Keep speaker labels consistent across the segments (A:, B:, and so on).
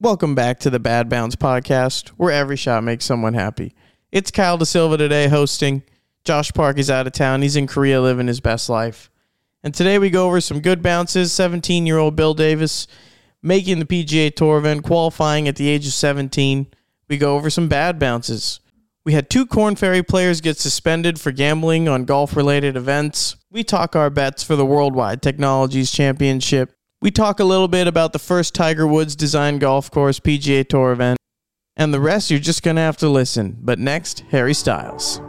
A: Welcome back to the Bad Bounce podcast, where every shot makes someone happy. It's Kyle Da Silva today hosting. Josh Park is out of town. He's in Korea living his best life. And today we go over some good bounces. 17 year old Bill Davis making the PGA Tour event, qualifying at the age of 17. We go over some bad bounces. We had two Corn Ferry players get suspended for gambling on golf related events. We talk our bets for the Worldwide Technologies Championship. We talk a little bit about the first Tiger Woods designed golf course PGA Tour event. And the rest you're just going to have to listen. But next, Harry Styles.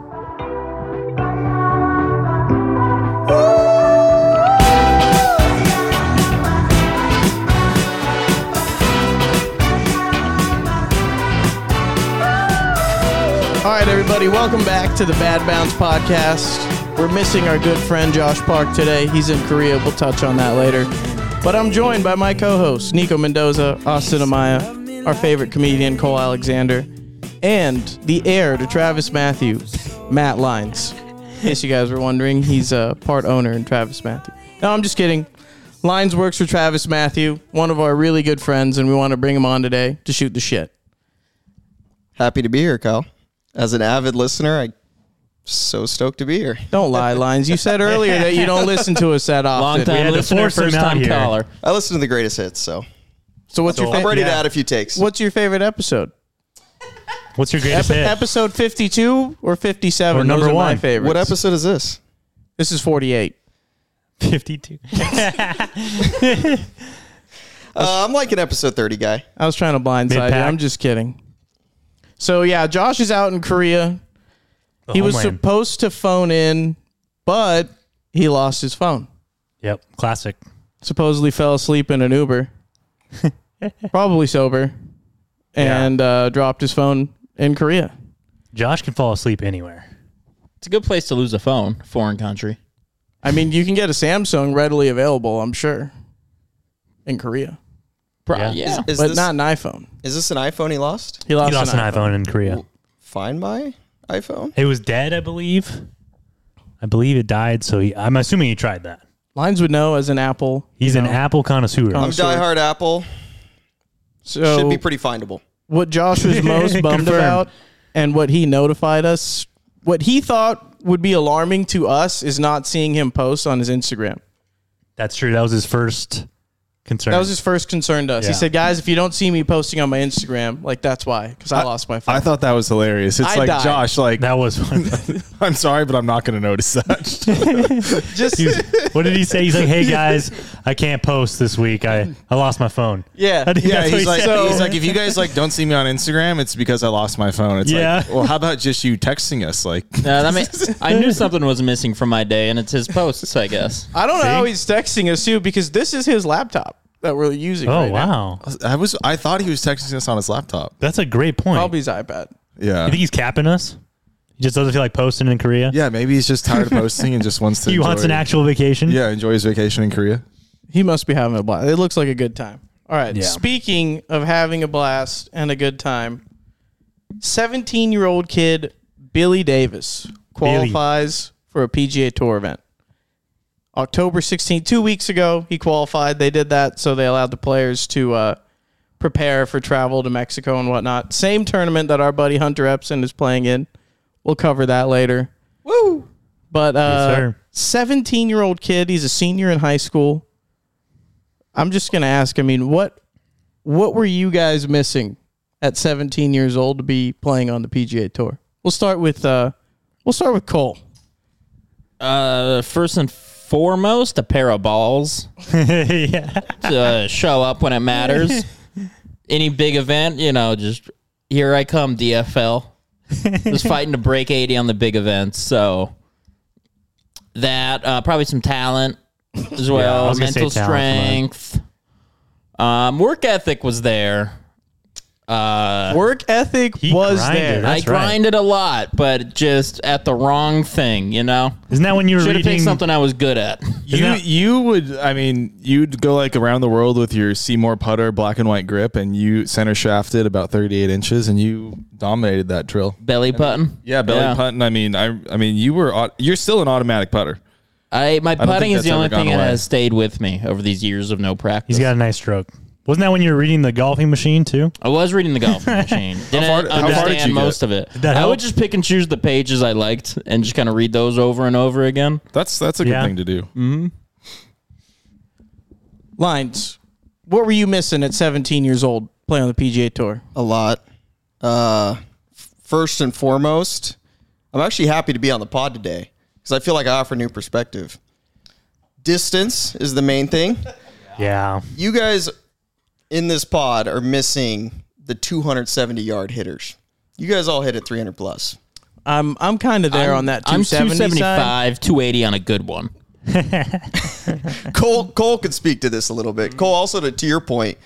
A: All right, everybody, welcome back to the Bad Bounce podcast. We're missing our good friend Josh Park today. He's in Korea. We'll touch on that later. But I'm joined by my co hosts, Nico Mendoza, Austin Amaya, our favorite comedian, Cole Alexander, and the heir to Travis Matthew, Matt Lines. In case you guys were wondering, he's a part owner in Travis Matthew. No, I'm just kidding. Lines works for Travis Matthew, one of our really good friends, and we want to bring him on today to shoot the shit.
B: Happy to be here, Kyle. As an avid listener, I'm so stoked to be here.
A: Don't lie, lines. You said earlier that you don't listen to us that often.
C: Long time
D: had to
C: listener,
D: force him
C: first
D: out
C: time
D: here.
C: caller.
B: I listen to the greatest hits, so
A: So what's your
B: I'm
A: fa-
B: ready to
D: yeah.
B: add a few takes.
A: what's your favorite episode?
D: What's your greatest
A: Epi-
D: hit?
A: episode fifty two or fifty seven?
D: Or number
A: Those are My
D: one.
A: favorites.
B: What episode is this?
A: This is forty eight.
D: 52.
B: Uh, I'm like an episode 30 guy.
A: I was trying to blindside you.
D: Mid-pack.
A: I'm just kidding. So yeah, Josh is out in Korea. he was
D: homeland.
A: supposed to phone in, but he lost his phone.
D: Yep. Classic.
A: Supposedly fell asleep in an Uber, probably sober,
D: Yeah.
A: and uh, dropped his phone in Korea.
D: Josh can fall asleep anywhere.
C: It's a good place to lose a phone, foreign country.
A: I mean, you can get a Samsung readily available, I'm sure, in Korea,
C: Pro-
D: Yeah.
C: yeah.
B: Is,
A: but
B: this,
A: not an iPhone.
B: is this an iPhone he lost?
A: He lost,
D: He lost an iPhone in Korea.
B: Find my iPhone?
D: It was dead, I believe. I believe it died, so he, I'm assuming he tried that.
A: Lines would know as an Apple.
D: He's
A: you
D: an
A: know.
D: Apple connoisseur.
B: I'm
A: sure.
B: diehard Apple.
A: So
B: Should be pretty findable.
A: what Josh was most bummed
D: Confirmed.
A: about, and what he notified us, what he thought would be alarming to us, is not seeing him post on his Instagram.
D: That's true. That was his first concern.
A: That was his first concern to us. He
D: Yeah.
A: said, "Guys, if you don't see me posting on my Instagram, like that's why, because I, lost my phone."
E: I thought that was hilarious. It's
A: I
E: like
A: died.
E: Josh, like
D: That was one.
E: I'm sorry, but I'm not going to notice that.
A: Just
D: He was- what did he say? He's like, "Hey guys, I can't post this week. I, I lost my phone."
A: yeah,
D: I think
E: yeah,
D: that's what
E: he's
D: he
E: like,
D: said.
E: he's like, if you guys like don't see me on Instagram, it's because I lost my phone. It's
D: Yeah.
E: like, well, how about just you texting us? Like,
C: Uh, that ma- I knew something was missing from my day, and it's his posts, I guess.
A: I don't know
D: See?
A: how he's texting us too, because this is his laptop that we're using.
D: "Oh
A: right now.
D: wow,
E: I was, I thought he was texting us on his laptop.
D: that's a great point."
A: probably his iPad.
E: Yeah,
D: you think he's capping us? He just doesn't feel like posting in Korea.
E: yeah. Maybe he's just tired of posting and just wants to.
D: he
E: enjoy,
D: wants an actual vacation.
E: Yeah, enjoy his vacation in Korea.
A: He must be having a blast. It looks like a good time. All right.
D: Yeah.
A: Speaking of having a blast and a good time, 17 year old kid Billy Davis qualifies for a PGA Tour event. October 16, two weeks ago, he qualified. They did that so they allowed the players to uh, prepare for travel to Mexico and whatnot. Same tournament that our buddy Hunter Epson is playing in. We'll cover that later.
B: Woo!
A: But
D: Yes,
A: uh,
D: sir.
A: 17 year old kid, he's a senior in high school. I'm just gonna ask. I mean, what what were you guys missing at 17 years old to be playing on the PGA Tour? We'll start with uh, we'll start with Cole.
C: Uh, first and foremost, a pair of balls
D: yeah.
C: to show up when it matters. Any big event, you know, just here I come, DFL. Just fighting to break 80 on the big events. So that, uh, probably some talent as well,
D: was gonna say
C: mental
D: talent,
C: strength. Um, work ethic was there. Uh,
A: Work ethic
D: He
A: was
D: grinded.
A: there.
D: That's
C: I
D: right.
C: grinded a lot, but just at the wrong thing, you know?
D: Isn't that when you were
C: Should have
D: reading
C: picked something I was good at.
E: You
D: that-
E: you would I mean you'd go like around the world with your Seymour putter black and white grip and you center shafted about 38 inches and you dominated that drill.
C: Belly putting.
E: Yeah, belly putting. I mean, I I mean, you were au- you're still an automatic putter.
C: I my
E: think
C: putting is
E: that's
C: the
E: ever
C: only
E: gone
C: thing that
E: away.
C: has stayed with me over these years of no practice.
D: He's got a nice stroke. Wasn't that when you were reading the golfing machine too?
C: I was reading the golfing machine. Didn't
E: far- how far did
C: understand
E: you get?
C: most of it.
D: that
C: I
D: help?
C: would just pick and choose the pages I liked and just kind of read those over and over again.
E: That's that's a good
D: Yeah.
E: thing to do.
A: Lines. What were you missing at 17 years old playing on the PGA Tour?
B: a lot. Uh, f- first and foremost, I'm actually happy to be on the pod today because I feel like I offer new perspective. Distance is the main thing.
D: Yeah.
B: You guys in this pod are missing the 270 yard hitters. You guys all hit at 300 plus.
A: I'm I'm kind of there on that
C: I'm
A: 270 side.
C: 275, 280 on a good one.
B: Cole Cole could speak to this a little
C: Mm-hmm.
B: bit. Cole, also to, to your point,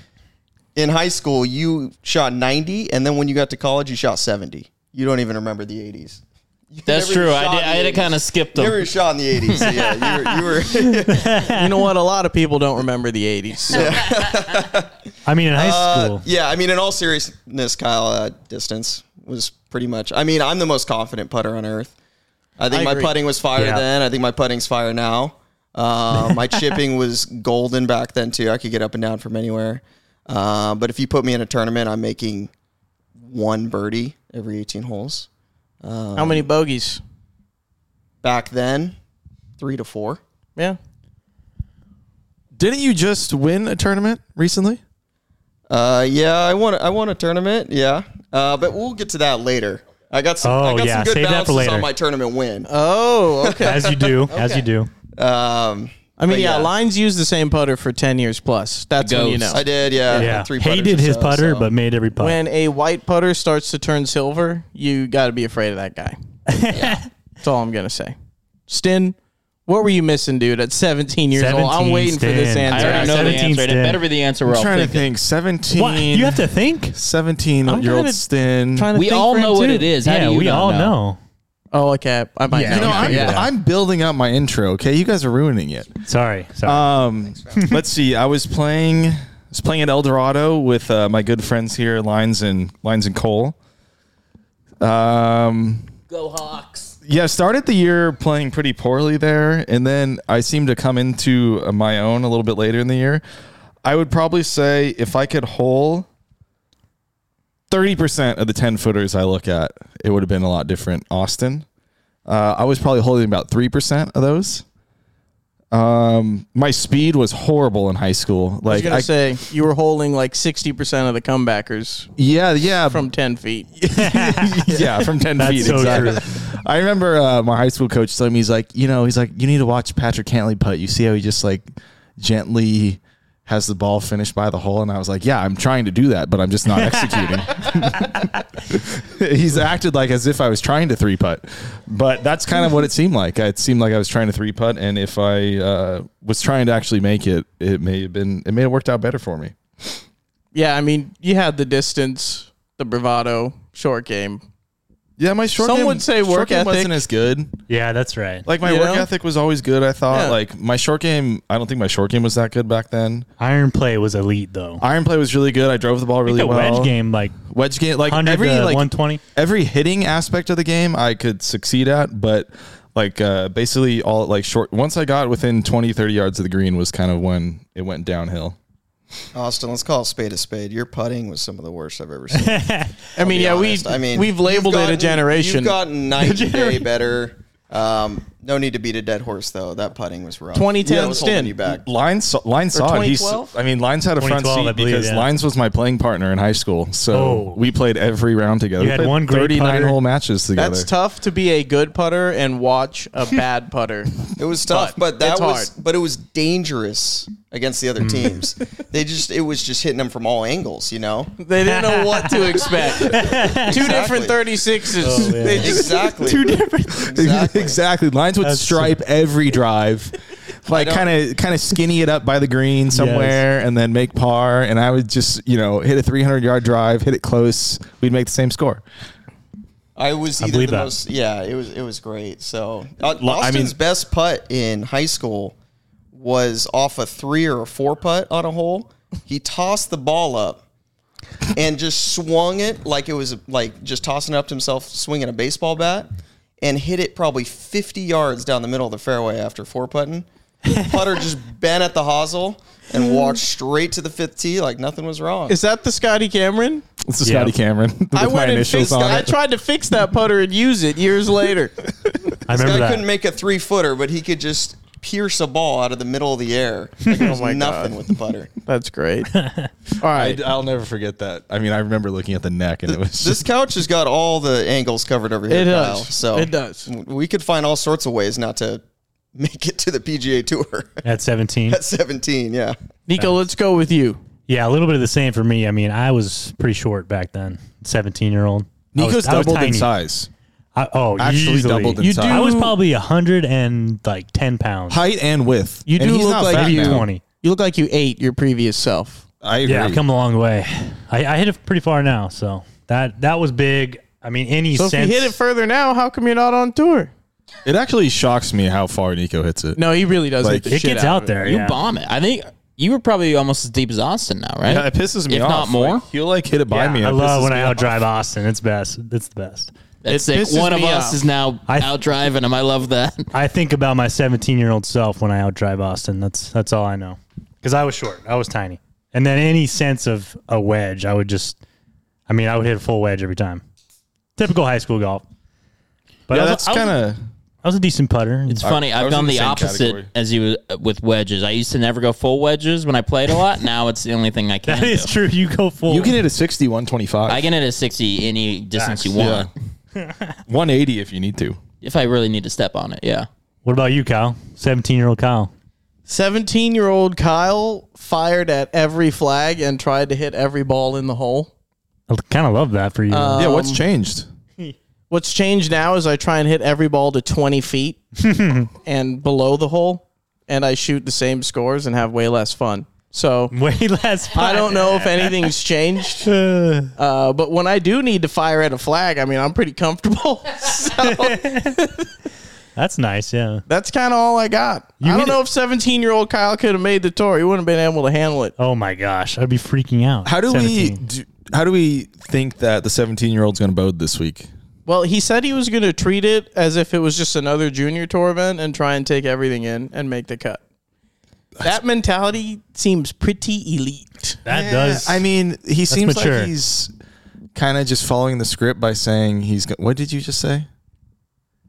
B: in high school you shot 90, and then when you got to college you shot 70. You don't even remember the 80s. You
C: That's
B: never
C: true.
B: shot
C: I
B: in
C: did, I
B: the
C: had to
B: 80s.
C: kind of skip
B: You never
C: them.
B: even shot in the 80s. so yeah, you were. You were
A: You know what? A lot of people don't remember the 80s. so-
D: I mean, in high school.
B: yeah, I mean, in all seriousness, Kyle, uh, distance was pretty much. I mean, I'm the most confident putter on earth. I think
A: I
B: my
A: agree.
B: putting was fire
D: Yeah.
B: then. I think my putting's fire now. Uh, my chipping was golden back then too. I could get up and down from anywhere. Uh, but if you put me in a tournament, I'm making one birdie every 18 holes.
A: How many bogeys?
B: Back then, three to four.
A: Yeah.
E: Didn't you just win a tournament recently?
B: Uh, yeah, I won. I won a tournament. Yeah, uh, but we'll get to that later. I got some. I
D: Oh,
B: got
D: yeah,
B: some good
D: save that for
B: balances on
D: later.
B: my tournament win.
A: Oh, okay.
D: As you do, as you do.
B: Um,
A: I mean,
B: But
A: yeah,
B: yeah.
A: Lines used the same putter for 10 years plus. That's when you
C: Ghost.
A: know.
B: I did, yeah.
D: Yeah.
B: Three putters
D: Hated
B: or
D: his
B: so,
D: putter,
B: so.
D: but made every putt.
A: When a white putter starts to turn silver, you got to be afraid of that guy. That's all I'm going to say. Stin, what were you missing, dude, at 17 years old? I'm
D: 17,
A: waiting for this
D: Stin.
A: answer.
C: I already know the
D: 17
C: answer. and It
D: stem.
C: better be the answer we're all
E: trying to
C: thinking.
E: think. Seventeen.
D: what? You have to think.
E: Seventeen
A: I'm
E: year old
A: kinda
E: Stin.
A: trying to
C: We
A: think
C: all
A: for him,
C: know what
A: too.
C: it is. How
D: yeah,
C: do you
D: we
C: not
D: all
C: know?
D: know.
A: Oh, okay. I might
D: Yeah,
A: know.
E: you know, I'm,
A: yeah.
E: I'm building up my intro. Okay, you guys are ruining it.
D: Sorry, sorry.
E: Um, let's see. I was playing. I was playing at El Dorado with uh, my good friends here, Lines and Lines and Cole. Um,
C: Go Hawks.
E: yeah, started the year playing pretty poorly there, and then I seemed to come into uh, my own a little bit later in the year. I would probably say if I could hole thirty percent of the ten footers I look at, it would have been a lot different. Austin, uh, I was probably holding about three percent of those. Um, my speed was horrible in high school.
A: I was
E: Like,
A: going
E: I,
A: to say, you were holding like 60% of the comebackers
E: yeah, yeah,
A: from 10 feet.
E: yeah, from 10
D: That's
E: feet.
D: so
E: exactly. I remember uh, my high school coach telling me, he's like, you know, he's like, you need to watch Patrick Cantley putt. You see how he just like gently has the ball finished by the hole. And I was like, yeah, I'm trying to do that, but I'm just not executing. he's acted like as if I was trying to three putt, but that's kind of what it seemed like. It seemed like I was trying to three putt. And if I uh, was trying to actually make it, it may have been, it may have worked out better for me.
A: Yeah, I mean, you had the distance, the bravado, short game.
E: Yeah, my short
A: Some
E: game-
A: would say work
E: short game
A: ethic.
E: wasn't as good.
D: yeah, that's right.
E: Like my
A: You
E: work
A: know?
E: ethic was always good. I thought
A: Yeah.
E: like my short game. I don't think my short game was that good back then.
D: Iron play was elite though.
E: Iron play was really good. I drove the ball really
D: the
E: well.
D: wedge game uh, like
E: Wedge game. Like
D: 100
E: every
D: to
E: like
D: 120.
E: every hitting aspect of the game, I could succeed at. But like uh, basically all like short. Once I got within 20, 30 yards of the green was kind of when it went downhill.
B: Austin, let's call a spade a spade. Your putting was some of the worst I've ever seen.
A: I mean,
B: be
A: yeah, we
B: honest. I mean,
A: we've
B: you've
A: labeled it a
B: gotten-
A: generation.
B: You've gotten night and day better. Um, no need to beat a dead horse though. That putting was rough.
A: 2010
B: That was holding
A: Stin.
B: you back.
E: Lines saw- Lines saw it. He's,
A: 2012?
E: I mean, Lines had a front
D: 2012, I
E: seat
D: believe,
E: because
D: yeah.
E: Lines was my playing partner in high school. So
D: Oh.
E: we played every round together.
D: You
E: we
D: had
E: played
D: one great
E: 39
D: putter.
E: whole matches together.
A: That's tough to be a good putter and watch a bad putter.
B: It was tough,
A: But
B: but, that
A: it's
B: was
A: hard.
B: but it was dangerous against the
D: Mm.
B: other teams. they just it was just hitting them from all angles, you know.
A: They didn't know what to expect. Two different 36s.
D: Oh, yeah.
A: They just-
B: Exactly.
A: Two different.
E: Exactly.
B: Exactly.
E: Lines would
D: That's
E: stripe every drive. Like
B: don't-
E: kind of kind of skinny it up by the green somewhere and then make par and I would just, you know, hit a 300-yard drive, hit it close, we'd make the same score.
B: I was either
D: believe
B: the
D: that.
B: most. Yeah, it was it was great. So uh,
E: Lo- I
B: Austin's
E: mean-
B: best putt in high school was off a three or a four putt on a hole. He tossed the ball up and just swung it like it was like just tossing it up to himself, swinging a baseball bat, and hit it probably fifty yards down the middle of the fairway after four putting. Putter just bent at the hosel and walked straight to the fifth tee like nothing was wrong.
A: Is that the Scotty Cameron?
E: It's a
D: Yeah.
E: Scotty Cameron with
A: I
E: my
A: went and
E: initials
A: fixed.
E: on
A: I
E: it.
A: tried to fix that putter and use it years later.
D: I
B: This
D: remember
B: guy
D: that.
B: couldn't make a three footer, but he could just pierce a ball out of the middle of the air. Like it was
A: Oh my
B: nothing
A: God.
B: with the putter.
A: That's great. All right.
E: I, will never forget that. I mean, I remember looking at the neck, and it was
B: This
E: just
B: couch has got all the angles covered over here,
A: It
B: Kyle.
A: does.
B: So
A: It does.
B: We could find all sorts of ways not to make it to the PGA Tour
D: At 17.
B: at 17. Yeah,
A: Nico, let's go with you.
D: Yeah, a little bit of the same for me. I mean, I was pretty short back then, 17 year old. I
E: Nico's
D: was, I was
E: doubled in
D: tiny.
E: size,
D: I, oh,
E: actually
D: easily.
E: doubled in
A: You
E: size,
A: do-
D: I was probably 100 and like 10 pounds.
E: height and width.
A: You
E: And
A: do
E: he's
A: look
E: not
A: like
E: fat
D: Maybe
E: now.
D: 20.
A: You look like you ate your previous self.
E: I agree.
D: Yeah, I've come a long way. I, I hit it pretty far now, so that that was big. I mean, any
A: So
D: sense.
A: if you hit it further now, how come you're not on tour?
E: it actually shocks me how far Nico hits it.
A: No, he really does.
E: Like,
A: hit the
D: it
A: shit
D: gets
A: out,
D: out,
A: of it.
D: there.
C: You
D: yeah.
C: bomb it. I think you were probably almost as deep as Austin now, right?
E: Yeah, it pisses me
C: if
E: off.
C: not more.
E: Like, he'll like hit it by
D: Yeah,
E: me. and
D: I
E: it
D: love
E: pisses
D: when
E: me
D: I
E: off.
D: outdrive Austin. It's best. It's the best.
C: That's
A: It
C: sick.
A: pisses
C: One of
A: me
C: us
A: off.
C: is now
D: I-
C: out driving him. I love that.
D: I think about my 17 year old self when I outdrive Austin. That's that's all I know. Because I was short, I was tiny, and then any sense of a wedge, I would just, I mean, I would hit a full wedge every time. Typical high school golf. But
E: Yeah,
D: I, was,
E: that's
D: I was-
E: kind of.
D: I was a decent putter.
C: It's funny.
E: I
C: I've
E: was
C: done
E: in the
C: the,
E: same
C: opposite
E: category.
C: as you uh, with wedges. I used to never go full wedges when I played a lot. Now it's the only thing I can
D: that is true.
C: do.
D: You go full.
E: You can hit a 60, 125,
C: I can hit a 60 any distance you
D: Facts.
C: want
E: 180 if you need to.
C: if I really need to step on it. Yeah.
D: What about you, Kyle? 17 year old Kyle.
A: 17 year old Kyle fired at every flag and tried to hit every ball in the hole.
D: I kind of love that for you.
E: yeah, what's changed?
A: What's changed now is I try and hit every ball to 20 feet and below the hole, and I shoot the same scores and have way less fun. So
D: Way less.
A: I don't know if anything's changed, uh, but when I do need to fire at a flag, I mean, I'm pretty comfortable. so
D: That's nice. Yeah.
A: that's kind of all I got. I
D: hit
A: don't know if 17 year old Kyle could have made the tour. He wouldn't have been able to handle it.
D: Oh my gosh, I'd be freaking out.
E: How do
D: 17.
E: we? Do, how do we think that the 17 year old's going to bode this week?
A: Well, he said he was going to treat it as if it was just another junior tour event and try and take everything in and make the cut. That mentality seems pretty elite.
D: That
E: Yeah,
D: does.
E: I mean, he seems
D: mature.
E: like he's kind of just following the script by saying he's. Go- what did you just say?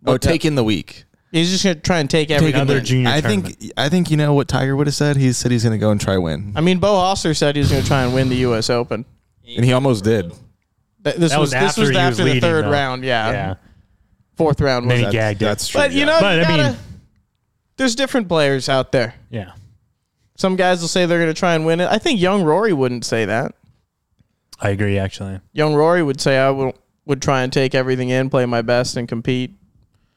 E: oh,
A: the-
E: take in the week.
A: He's just going to try and take everything.
D: another
A: in.
D: junior.
E: I
D: tournament.
E: think. I think you know what Tiger would have said. He said he's going to go and try win,
A: I mean, Bo Oster said he was going to try and win the U.S. Open.
E: and he almost did.
A: Th- This
D: That
A: was,
D: was
A: this
D: after
A: was
D: he was
A: after the
D: leading,
A: third
D: though.
A: round, yeah.
D: Yeah.
A: Fourth round was
D: Then he
A: that.
E: That's-
D: gagged it.
E: That's true.
A: But you
E: yeah.
A: know,
D: But,
A: you
D: I mean-
A: gotta- there's different players out there.
D: Yeah.
A: Some guys will say they're going to try and win it. I think young Rory wouldn't say that.
D: I agree, actually.
A: young Rory would say I would would try and take everything in, play my best, and compete.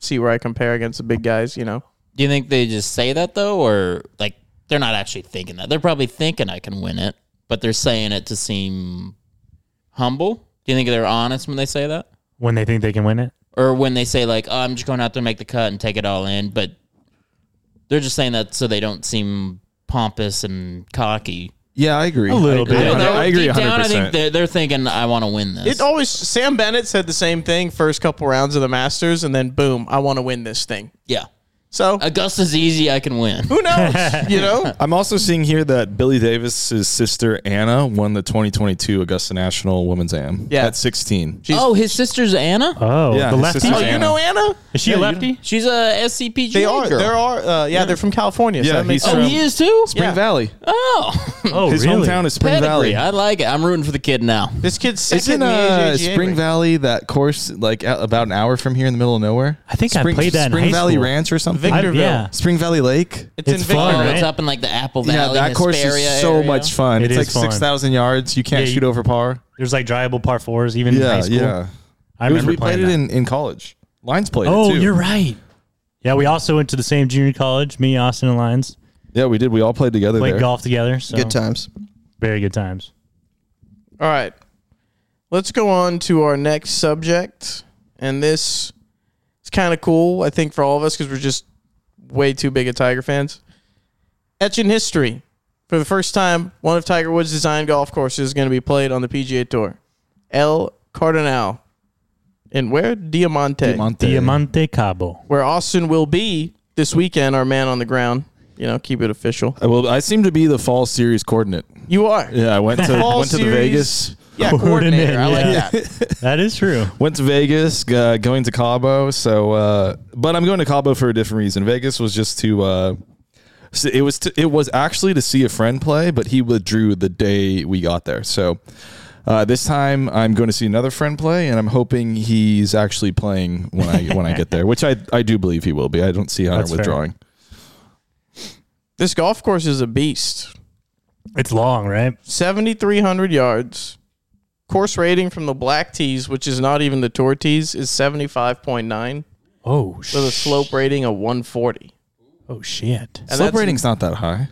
A: See where I compare against the big guys. You know,
C: Do you think they just say that though, or like they're not actually thinking that? They're probably thinking I can win it, but they're saying it to seem humble. Do you think they're honest when they say that,
D: When they think they can win it,
C: or when they say like, "Oh, I'm just going out there to make the cut and take it all in," but they're just saying that so they don't seem pompous and cocky.
E: Yeah, I agree. A
D: little bit.
E: I,
D: Yeah,
E: agree. I agree.
C: Deep
E: 100.
C: down, I think
E: percent
C: they're, they're thinking, "I want to win
A: it
C: this."
A: always Sam Bennett said the same thing first couple rounds of the Masters, and then boom, I want to win this thing.
C: yeah,
A: So
C: Augusta's easy. I can win.
A: who knows? you know,
E: I'm also seeing here that Billy Davis's sister Anna won the 2022 Augusta National Women's Am
A: Yeah.
E: at 16.
A: He's-
C: Oh, his sister's Anna.
D: oh,
E: Yeah,
D: the
E: his
D: lefty.
E: sister's
A: oh, you
E: Anna.
A: know Anna.
D: Is she a lefty?
C: She's a SCPG
A: They are.
C: girl.
A: There are. Uh, yeah, they're from California. so
E: Yeah,
A: that makes
E: he's
C: oh,
A: sense.
C: he is too.
E: Spring
A: Yeah.
E: Valley.
C: Oh,
D: Oh,
E: His
D: really?
E: hometown is Spring
C: pedigree.
E: Valley.
C: I like it. I'm rooting for the kid now.
A: This kid's 2nd
E: Isn't
A: in the
E: uh,
A: AJGA
E: Spring
A: league.
E: Valley that course like out, about an hour from here in the middle of nowhere?
D: I think I
E: Spring,
D: played that in
E: Spring
D: high
E: Valley
D: school.
E: Ranch or something.
D: I,
A: Victorville.
D: yeah,
E: Spring Valley Lake.
A: It's,
D: It's
A: in
D: fun,
A: Victorville.
C: Oh,
D: right?
C: it's up in like the Apple Valley.
E: yeah, that course
C: Hesperia
E: is so
C: area.
E: much fun.
D: It
E: it's like
D: is fun.
E: six thousand yards. You can't
D: Yeah,
E: shoot
D: you-
E: over par.
D: there's like drivable par fours even in high
E: Yeah,
D: school.
E: yeah.
D: I
E: It was-
D: remember
E: we
D: playing
E: played it
D: that.
E: in, in college. Lines played it
D: oh,
E: too.
D: you're right. Yeah, we also went to the same junior college. Me, Austin, and Lyons
E: Yeah, we did. We all played together
D: played
E: there.
D: golf together. So
B: good times.
D: Very good times.
A: All right. Let's go on to our next subject. And this is kind of cool, I think, for all of us because we're just way too big of Tiger fans. Etching history. For the first time, one of Tiger Woods' designed golf courses is going to be played on the PGA Tour. El Cardinal. And where? Diamante.
E: Monte.
D: Diamante Cabo.
A: Where Austin will be this weekend, our man on the ground. you know, keep it official.
E: I will. I seem to be the fall series coordinate.
A: You are.
E: Yeah, I went to
A: Fall
E: went to the
A: series.
E: Vegas.
A: Yeah,
D: Coordinator,
A: coordinator. I
D: yeah.
A: like that.
D: That is true.
E: Went to Vegas, g- uh, going to Cabo. So, uh, but I'm going to Cabo for a different reason. Vegas was just to. Uh, s- it was to, it was actually to see a friend play, but he withdrew the day we got there. So, uh, this time I'm going to see another friend play, and I'm hoping he's actually playing when I when I get there, which I I do believe he will be. I don't see Hunter
D: That's fair.
E: withdrawing.
A: This golf course is a beast.
D: It's long, right?
A: 7,300 yards. Course rating from the black tees, which is not even the tour tees, is 75.9
D: Oh,
A: with a slope rating of 140.
D: oh shit.
A: And
E: Slope
A: that's-
E: rating's not that high.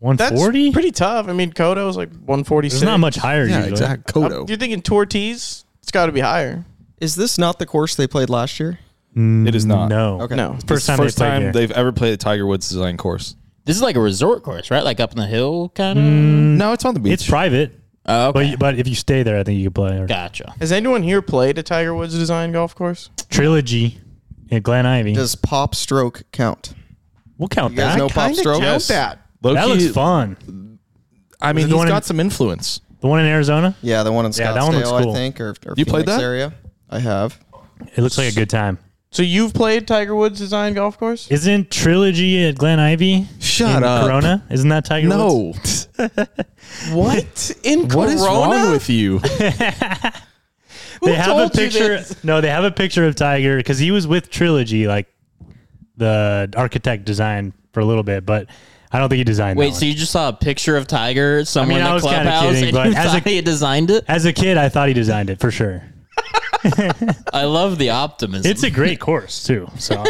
A: That's
D: 140?
A: pretty tough. I mean, Kodo was like 146.
D: There's not much higher
E: Yeah,
D: usually.
E: exactly.
A: Uh,
E: Kodo.
A: You're thinking tour tees? It's got to be higher.
B: Is this not the course they played last year?
E: It is not.
D: No.
B: Okay.
A: No.
D: First time
E: First
D: they played
E: time
D: here.
E: they've ever played a Tiger Woods design course.
C: This is like a resort course, right? Like up in the hill, kind of.
E: No, it's on the beach.
D: Mm. it's private,
C: Oh,
D: but
C: okay.
D: you- but if you stay there, I think you can play. Or
C: gotcha.
A: Has anyone here played a Tiger Woods design golf course?
D: Trilogy at Glen Ivy.
B: Does pop stroke count?
D: we'll count
B: You guys
D: that.
B: know pop
A: Kinda
B: stroke?
A: count
E: Yes.
A: that.
E: Low
D: that
E: key-
D: looks fun.
E: I mean,
D: the
E: he's
D: one in-
E: got some influence.
D: The one in Arizona,
B: Yeah, the one in
D: Yeah, that one
B: Scottsdale,
D: looks cool.
B: I think, or, or
E: You
B: Phoenix
E: played that?
B: area. I have.
D: it looks like a good time.
A: So you've played Tiger Woods design golf course?
D: Isn't Trilogy at Glen Ivy?
E: Shut
D: in
E: up.
D: Corona? Isn't that Tiger Woods?
E: No.
A: What in
E: what
A: Corona?
E: is wrong with you?
D: They have a
A: told you
D: picture. No, they have a picture of Tiger because he was with Trilogy, like the architect design for a little bit, but I don't think he designed. that
C: Wait,
D: one.
C: so you just saw a picture of Tiger somewhere
D: I mean, I
C: in the
D: was kinda
C: clubhouse
D: kidding, but
C: and you
D: as a-
C: thought he designed it?
D: as a kid, I thought he designed it for sure.
C: I love the optimism.
D: It's a great course too. So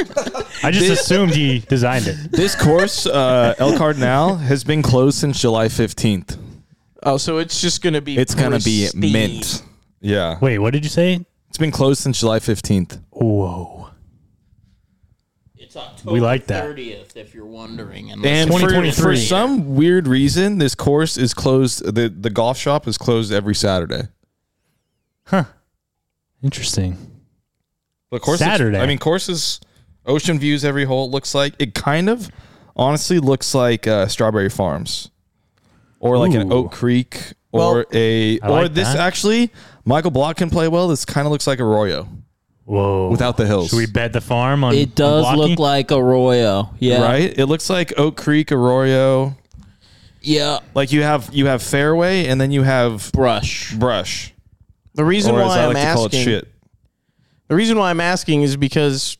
D: I just assumed he designed it.
E: this course, uh, El Cardinal, has been closed since July 15th.
A: Oh, so it's just gonna be
E: It's going to be
A: pristine.
E: mint. Yeah.
D: Wait, what did you say?
E: It's been closed since July 15th.
D: Whoa.
C: It's October
D: We like that.
C: 30th, if you're wondering. unless
E: And
C: you're
E: for, for
D: 2023.
E: some weird reason, this course is closed. The, the golf shop is closed every Saturday.
D: Interesting.
E: The course is-
D: Saturday.
E: I mean, courses, ocean views every hole. it Looks like it kind of, honestly, looks like uh, Strawberry Farms, or like an
D: Ooh.
E: Oak Creek, or
A: Well,
E: a,
D: I
E: or
D: like
E: this
D: that.
E: actually, Michael Block can play well. This kind of looks like Arroyo
D: Whoa.
E: without the hills.
D: Should we bet the farm on
C: It does
D: on Blocky?
C: look like Arroyo. Yeah.
E: Right? It looks like Oak Creek, Arroyo.
C: Yeah.
E: Like you have you have fairway and then you have
C: Brush.
E: brush,
A: The reason
E: or as
A: why
E: I
A: I'm
E: like to call it,
A: asking,
E: shit.
A: the reason why I'm asking is because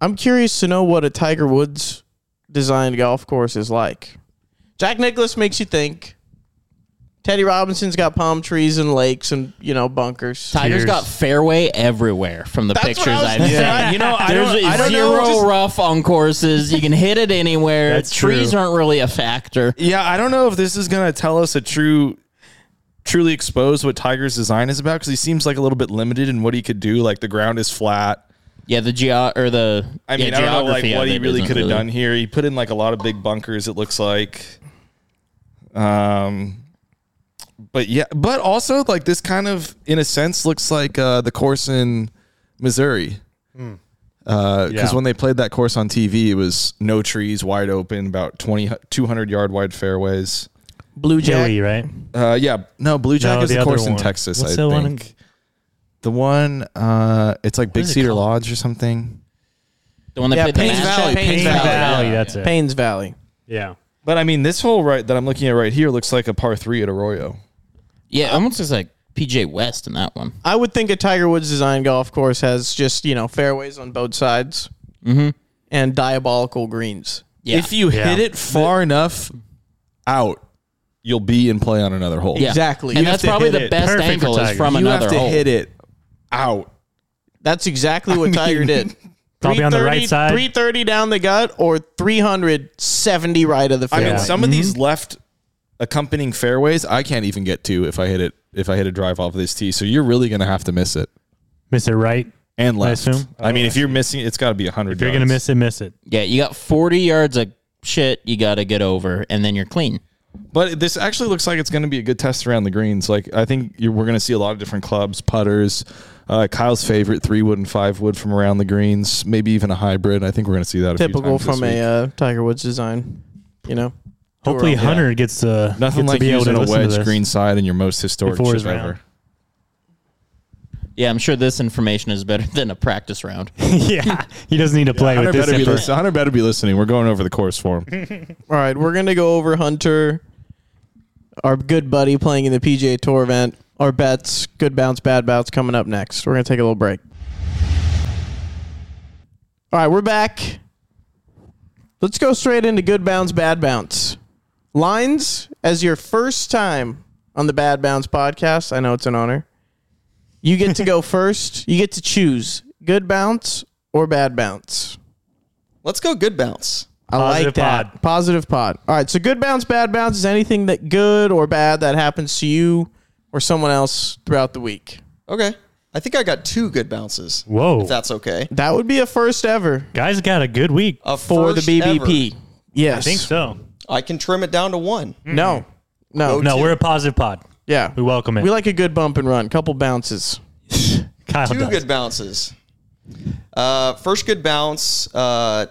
A: I'm curious to know what a Tiger Woods designed golf course is like. Jack Nicklaus makes you think. Teddy Robinson's got palm trees and lakes and you know bunkers.
C: Tiger's
D: Cheers.
C: got fairway everywhere from the
A: That's what
C: pictures
A: I was
C: I've
A: thinking.
C: seen.
A: Yeah.
E: You know, I
C: There's
E: don't, I don't
C: zero
E: know. just-
C: rough on courses. You can hit it anywhere.
D: That's
C: Trees
D: true.
C: aren't really a factor.
E: Yeah, I don't know if this is gonna tell us a true, truly expose what Tiger's design is about because he seems like a little bit limited in what he could do. Like the ground is flat.
C: Yeah, the geo or the
E: I mean,
C: yeah,
E: I don't know like
C: geography
E: what
C: of
E: he
C: it
E: really
C: isn't
E: could have done here. He put in like a lot of big bunkers. It looks like, um, but yeah, but also like this kind of in a sense looks like uh, the course in Missouri. Because
D: Yeah.
E: when they played that course on TV, it was no trees, wide open, about 20, 200 yard wide fairways.
A: Blue
D: Hilly,
A: Jack.
D: right?
E: Uh, yeah, no, Blue Jack
D: No,
E: is
D: the
E: the,
D: other
E: course in
D: one.
E: Texas.
D: What's
E: I
D: the one in-
E: think the one uh, it's like Big
D: is it
E: Cedar
D: called?
E: Lodge or something.
C: The one that
A: Yeah,
C: played the
A: Payne's
C: match?
A: Valley, Payne's
D: Payne
A: Valley,
D: Valley.
C: yeah.
D: That's it.
A: Paynes Valley.
D: Yeah.
E: But I mean, this hole right that I'm looking at right here looks like a par three at Arroyo.
C: Yeah, almost looks like PJ West in that one.
A: I would think a Tiger Woods design golf course has just you know fairways on both sides
D: Mm-hmm.
A: and diabolical greens.
C: Yeah.
E: If you
D: Yeah.
E: hit it far enough out, you'll be in play on another hole.
C: Yeah.
A: Exactly.
C: And
A: You
C: that's
A: have to
C: probably
A: hit
C: the
A: it.
C: best
D: Perfect for
C: angle is
D: Tiger.
C: from
E: You
C: another
E: have to
C: hole.
E: hit it out.
A: That's exactly what Tiger did.
D: Probably on the right
A: 330
D: side.
A: 330 down the gut or 370 right of the
E: I
A: fairway.
E: mean, some of
D: Mm-hmm.
E: these left accompanying fairways, I can't even get to if I hit it if I hit a drive off this tee. So you're really gonna have to miss it
D: Miss it right.
E: and left. I,
D: assume. Oh.
E: mean, if you're missing, it's got to be hundred.
D: If you're gonna miss it, miss it.
C: Yeah, you got 40 yards of shit you got to get over, and then you're clean.
E: But this actually looks like it's going to be a good test around the greens. Like I think you we're going to see a lot of different clubs, putters, uh, Kyle's favorite three wood and five wood from around the greens, maybe even a hybrid. I think we're going to see that. A few
A: Typical
E: times this
A: from
E: week.
A: a uh, Tiger Woods design, you know.
D: Hopefully,
A: Yeah.
D: Hunter gets to
E: nothing
D: gets
E: like
D: to be able
E: using
D: to
E: a
D: listen to
E: wedge
D: this.
E: green side in your most historic
D: Before his
E: chip
D: round.
E: ever.
C: Yeah, I'm sure this information is better than a practice round.
D: yeah, he doesn't need to play
E: Hunter
D: with this.
E: better, be
D: info.
E: listen- Hunter better be listening. We're going over the course for him.
A: All right, we're gonna go over Hunter, our good buddy playing in the PGA Tour event. Our bets, good bounce, bad bounce, coming up next. We're gonna take a little break. All right, we're back. Let's go straight into good bounce, bad bounce. Lines as your first time on the Bad Bounce podcast. I know it's an honor. You get to go first. You get to choose good bounce or bad bounce.
B: Let's go good bounce.
A: I
D: Positive
A: like that.
D: pod.
A: Positive pod. All right. So good bounce, bad bounce is anything that good or bad that happens to you or someone else throughout the week.
B: Okay. I think I got two good bounces.
D: Whoa,
B: If that's okay.
A: That would be a first ever
D: guys got a good week.
B: A
A: for
B: first
A: the BBP.
B: ever.
A: Yes.
D: E I think so.
B: I can trim it down to one.
A: No. No.
B: Vote.
D: No, we're a positive pod.
A: Yeah.
D: We welcome it.
A: We like a good bump and run, couple bounces.
D: Kyle
B: Two
D: does.
B: good bounces. Uh, first good bounce. Uh,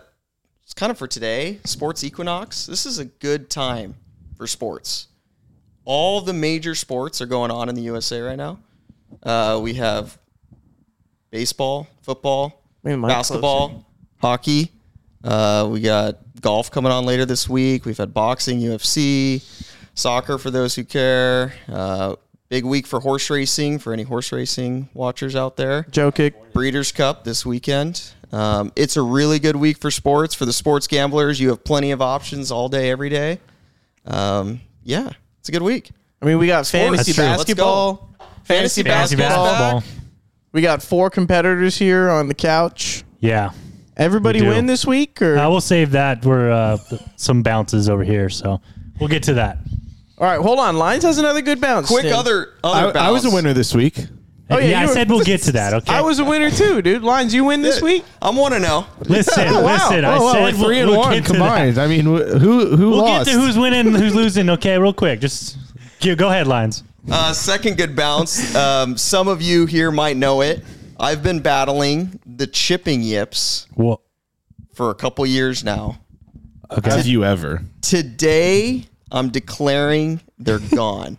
B: it's kind of for today. Sports Equinox. This is a good time for sports. All the major sports are going on in the USA right now. Uh, we have baseball, football,
A: Wait, am I
B: basketball, hockey. Uh, we got golf coming on later this week. We've had boxing, UFC, soccer for those who care. Uh, big week for horse racing for any horse racing watchers out there.
A: Joe kick.
B: Breeders' Cup this weekend. Um, it's a really good week for sports. For the sports gamblers, you have plenty of options all day, every day. Um, yeah, it's a good week.
A: I mean, we got fantasy
D: That's true. Let's
A: basketball. Fantasy,
D: Fantasy
A: basketball.
D: basketball.
A: We got four competitors here on the couch.
D: Yeah.
A: Everybody
D: We do.
A: win this week or
D: I will save that. We're uh, some bounces over here, so we'll get to that.
A: All right, hold on. Lines has another good bounce.
B: Quick
A: Stan.
B: other
E: I,
B: other.
E: I was a
B: bounce.
E: winner this week.
A: Oh, yeah,
D: I
A: you were-
D: said we'll get to that. Okay.
A: I was a winner too, dude. Lines, you win this week?
B: I'm one to know.
D: listen,
E: Oh, wow.
D: listen.
E: Oh, wow,
D: I said
E: like
D: we'll,
E: three and
D: we'll
E: one
D: get to that.
E: combined. I mean, wh- who who
D: We'll
E: lost?
D: get to who's winning, and who's losing. Okay, real quick. Just go, go ahead, lines.
B: Uh, second good bounce. Um, some of you here might know it. I've been battling the chipping yips
D: Well,
B: for a couple years now.
E: Have you ever?
B: Today, I'm declaring they're gone.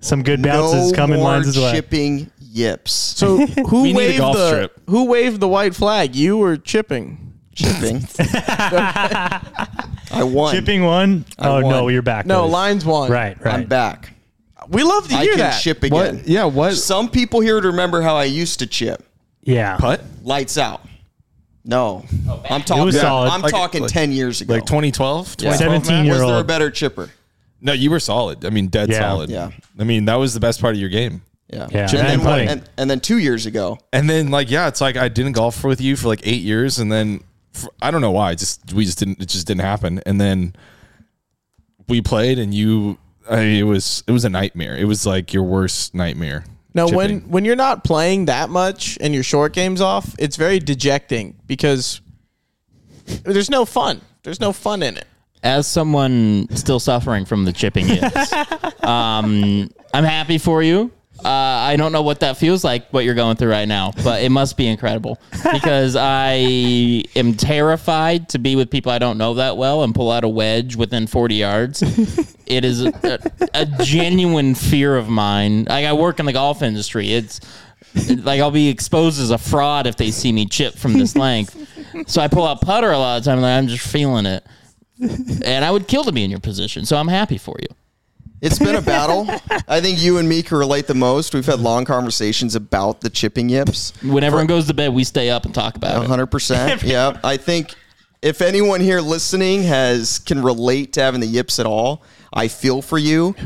D: some good
B: no
D: bounces coming
B: more
D: lines as well.
B: chipping yips.
A: So who
E: need a
A: waved
E: golf
A: the
E: trip.
A: who waved the white flag? You or chipping?
B: chipping. I won.
D: Chipping one. Oh no,
B: won.
D: you're back.
A: No,
D: buddy.
A: lines won.
D: Right, right.
B: I'm back.
A: We love to
B: I
A: hear
B: can
A: that.
B: chip
E: What?
B: again.
E: Yeah. What?
B: Some people here would remember how I used to chip.
D: Yeah.
E: putt?
B: Lights out. No, I'm talking.
D: was solid.
B: I'm
E: Like-
B: talking
E: like-
B: ten years ago.
E: Like 2012,
B: Yeah.
E: 2012, Matt?
D: 17 year
B: Was there a
D: old.
B: better chipper?
E: No, you were solid. I mean, dead
D: Yeah.
E: solid.
B: Yeah.
E: I mean, that was the best part of your game.
B: Yeah.
D: Yeah.
B: And,
D: Chipping
B: then
D: and
B: one,
D: putting.
B: and, and then two years ago,
E: And then like yeah, it's like I didn't golf with you for like eight years, and then f I don't know why. Just we just didn't. It just didn't happen. And then we played, and you. I mean, it was it was a nightmare. It was like your worst nightmare.
A: No,
E: chipping.
A: when when you're not playing that much and your short game's off, it's very dejecting because there's no fun. There's no fun in it.
C: As someone still suffering from the chipping yips, um, I'm happy for you. Uh, I don't know what that feels like, what you're going through right now, but it must be incredible because I am terrified to be with people I don't know that well and pull out a wedge within 40 yards. It is a, a genuine fear of mine. Like I work in the golf industry. It's like I'll be exposed as a fraud if they see me chip from this length. So I pull out putter a lot of the time, and I'm just feeling it. And I would kill to be in your position, so I'm happy for you.
B: it's been a battle. I think you and me can relate the most. We've had long conversations about the chipping yips.
C: When everyone goes to bed, we stay up and talk about it.
A: Uh-huh.
B: hundred percent. Yeah, I think if anyone here listening has can relate to having the yips at all, I feel for you.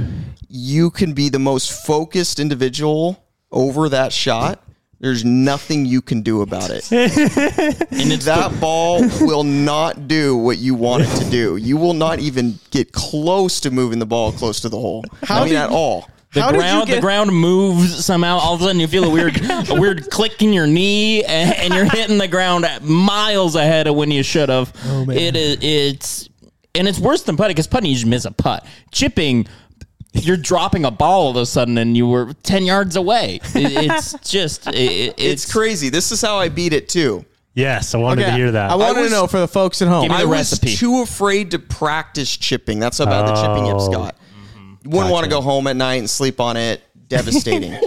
B: You can be the most focused individual over that shot. There's nothing you can do about it. that ball will not do what you want it to do. You will not even get close to moving the ball close to the hole. I mean,
A: did
B: at
A: you-
B: all.
C: The
A: How did you
C: ground,
A: get-
C: the ground moves somehow. All of a sudden, you feel a weird, a weird click in your knee, and,
A: Oh,
C: and you're hitting the ground at miles ahead of when you should have. It is, it's, and it's worse than putting because putting you just miss a putt. Chipping, you're dropping a ball all of a sudden, and you were ten yards away. It- it's just it, it-
B: It's, crazy. This is how I beat it too.
D: Yes, I wanted to
A: Okay,
D: hear that.
A: I wanted
B: I was-
A: to know for the folks at home.
C: Give me
B: I
C: the
B: was
C: recipe.
B: too afraid to practice chipping. That's how bad the chipping
D: Oh.
B: Scott. Wouldn't want to go home at night and sleep on it. Devastating.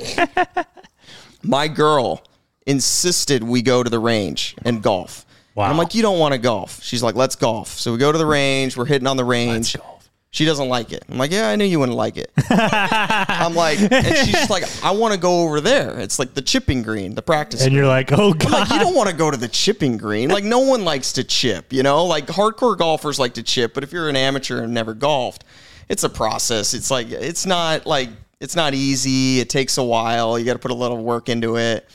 B: My girl insisted we go to the range and golf.
D: Wow.
B: I'm like, you don't want to golf. She's like, let's golf. So we go to the range. We're hitting on the range. She doesn't like it. I'm like, yeah, I knew you wouldn't like it. I'm like, and she's just like, I want to go over there. It's like the chipping green, the practice.
D: and you're like, oh god,
B: Like you don't want to go to the chipping green. Like no one likes to chip, you know? Like hardcore golfers like to chip, but if you're an amateur and never golfed, it's a process. It's like it's not like it's not easy. It takes a while. You got to put a little work into it.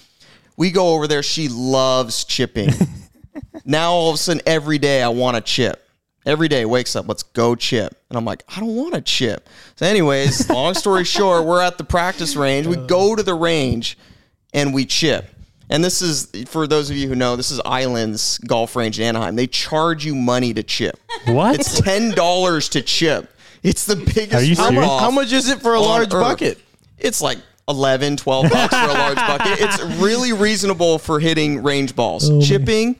B: We go over there, she loves chipping. now all of a sudden every day I want to chip. Every day wakes up, let's go chip. And I'm like, I don't want to chip. So anyways, long story short, we're at the practice range. We go to the range and we chip. And this is for those of you who know, this is Islands Golf Range in Anaheim. They charge you money to chip.
D: what?
B: It's ten dollars to chip. It's the biggest.
D: Are you
B: rip-off
D: serious?
A: How much is it for a
B: on
A: large
B: Earth.
A: bucket?
B: It's like 11, 12 bucks for a large bucket. It's really reasonable for hitting range balls. Chipping,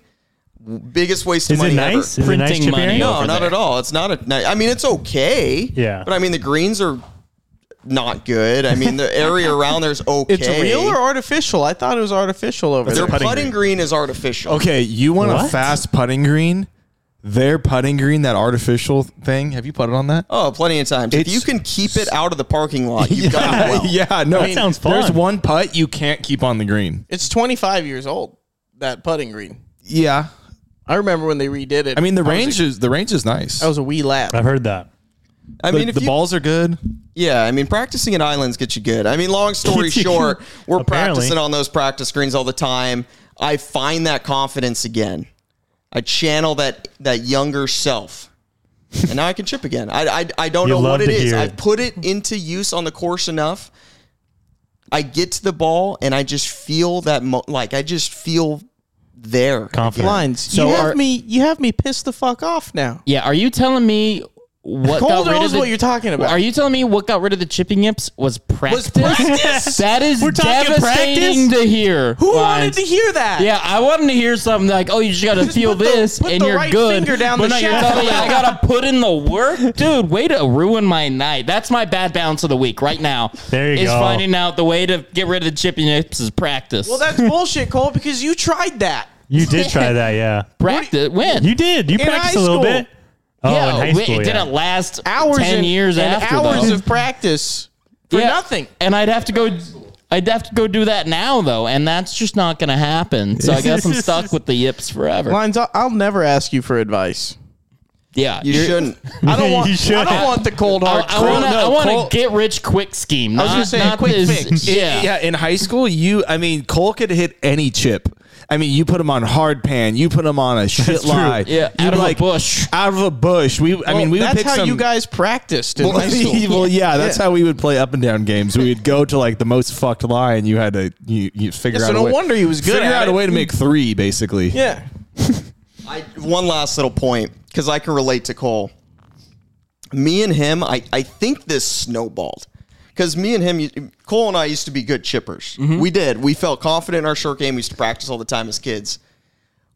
B: biggest waste of
D: Oh Is
B: money
D: it nice?
B: ever.
D: Is it nice
C: Printing
D: chipping
C: money.
D: area?
C: No.
B: No,
C: over
B: not
C: there?
B: at all. It's not a. ni- I mean, it's okay.
D: Yeah.
B: But I mean, the greens are not good. I mean, the area around there's okay.
A: It's real or artificial? I thought it was artificial over
B: their
A: there.
B: putting, green. is artificial.
E: Okay, you want a
D: What?
E: fast putting green? Their putting green, that artificial thing. Have you putted on that?
B: Oh, plenty of times. If
E: It's-
B: you can keep it out of the parking lot, you've done well.
E: yeah, no.
D: That sounds fun.
E: There's one putt you can't keep on the green.
A: It's 25 years old. That putting green.
E: Yeah,
A: I remember when they redid it.
E: I mean the
A: was
E: range is the range is nice.
A: a- I was a wee lap.
D: I've heard that.
B: I
E: the,
B: mean, if
E: the
B: you,
E: balls are good.
B: Yeah, I mean, practicing at islands gets you good. I mean, long story short, we're
D: Apparently.
B: practicing on those practice greens all the time. I find that confidence again. I channel that that younger self, and now I can chip again. I I, I don't
D: You
B: know what
D: love
B: it
D: to
B: is.
D: hear
B: I
D: it.
B: put it into use on the course enough. I get to the ball, and I just feel that mo- like I just feel there.
D: Confident.
A: Lines.
C: So
A: you have
C: are-
A: me. You have me pissed the fuck off now.
C: Yeah, are you telling me what
A: Cole
C: got rid
A: knows
C: of the,
A: what you're talking about.
C: Are you telling me what got rid of the chipping yips was practice? that is
D: talking
C: devastating to hear.
A: Who wanted
C: Lines.
A: to hear that?
C: Yeah, I wanted to hear something like, "Oh, you just got to feel
A: put the-
C: this,
A: put
C: and
A: the
C: you're
A: right
C: good."
A: finger down
C: but
A: the
C: no, you're
A: shaft.
C: telling me I gotta put in the work, dude. Way to ruin my night. That's my bad bounce of the week right now.
D: There you
C: is
D: go.
C: finding out the way to get rid of the chipping yips is practice.
A: Well, that's bullshit, Cole, because you tried that.
D: You did try that, yeah.
C: practice. When?
D: You did. You practiced
A: high
D: a little
A: school.
D: bit. Oh,
C: yeah,
D: in high
C: it-
D: school,
C: it
D: yeah.
C: didn't last
A: Hours
C: ten
A: and,
C: years
A: and
C: after
A: hours
C: though.
A: of practice for
C: Yeah,
A: nothing.
C: And I'd have to go. I'd have to go do that now though, and that's just not gonna happen. So I guess I'm stuck with the yips forever.
A: Lines. I'll, I'll never ask you for advice.
C: Yeah,
B: You
C: you're-
B: shouldn't.
A: I don't
D: You
A: want. I
D: should.
A: don't want the cold
C: I,
A: hard.
C: I
A: truth.
C: want to.
A: No,
C: I
A: Cole-
C: want to get rich quick scheme. Not,
A: was gonna say,
C: not
A: quick
C: this-
A: fix.
C: Yeah.
E: yeah. In high school, you, I mean, Cole could hit any chip. I mean, you put him on hard pan, you put him on a shit
D: That's true.
E: lie,
C: Yeah,
E: you
C: out of a
E: like-
C: bush.
E: out of a bush. We, I
A: Well,
E: mean, we would
A: that's
E: pick
A: how
E: some,
A: you guys practiced in high school.
E: well, yeah, that's how we would play up and down games. We would go to like the most fucked line. You had to you, you figure
A: Yeah,
E: out.
A: so
E: a
A: no
E: way,
A: wonder he was good
E: Figure
A: at
E: out a
A: it.
E: way to make three, basically.
A: Yeah.
B: I, one last little point because I can relate to Cole. Me and him, I, I think this snowballed because me and him, Cole and I used to be good chippers.
A: Mm-hmm.
B: We did. We felt confident in our short game. We used to practice all the time as kids.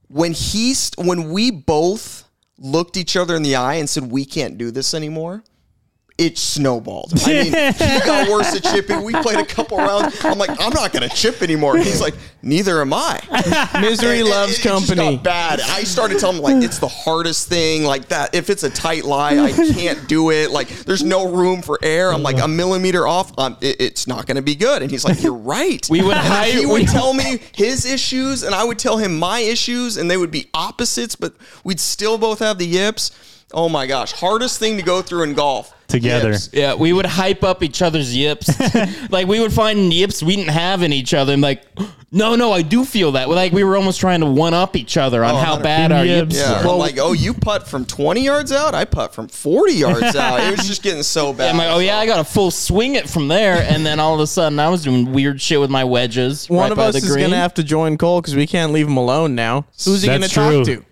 B: When he, st- when we both looked each other in the eye and said, "We can't do this anymore." It snowballed. I mean, he got worse at chipping. We played a couple rounds. I'm like, I'm not going to chip anymore. And he's like, neither am I.
A: Misery
B: It- it-
A: loves
B: it just got
A: company.
B: bad. I started telling him like it's the hardest thing. Like that, if it's a tight lie, I can't do it. Like there's no room for air. I'm like a millimeter off. Um, it, it's not going to be good. And he's like, you're right.
C: We would
B: And then
C: hire-
B: He
C: we-
B: would tell me his issues, and I would tell him my issues, and they would be opposites, but we'd still both have the yips. Oh my gosh, hardest thing to go through in golf
D: Together.
B: Yips.
C: Yeah, we would hype up each other's yips. like we would find yips we didn't have in each other. And like, no, no, I do feel that. Like we were almost trying to one up each other on
B: Oh,
C: how
B: 100%.
C: bad our yips.
D: Yips.
B: Yeah,
C: were.
B: I'm like, oh, you putt from 20 yards out. I putt from 40 yards out. It was just getting so bad.
C: I'm like, oh yeah, I got a full swing it from there, and then all of a sudden I was doing weird shit with my wedges.
A: One
C: right
A: of
C: by
A: us
C: the
A: is
C: green.
A: gonna have to join Cole because we can't leave him alone now. Who's he gonna
D: That's
A: talk
D: true.
A: to?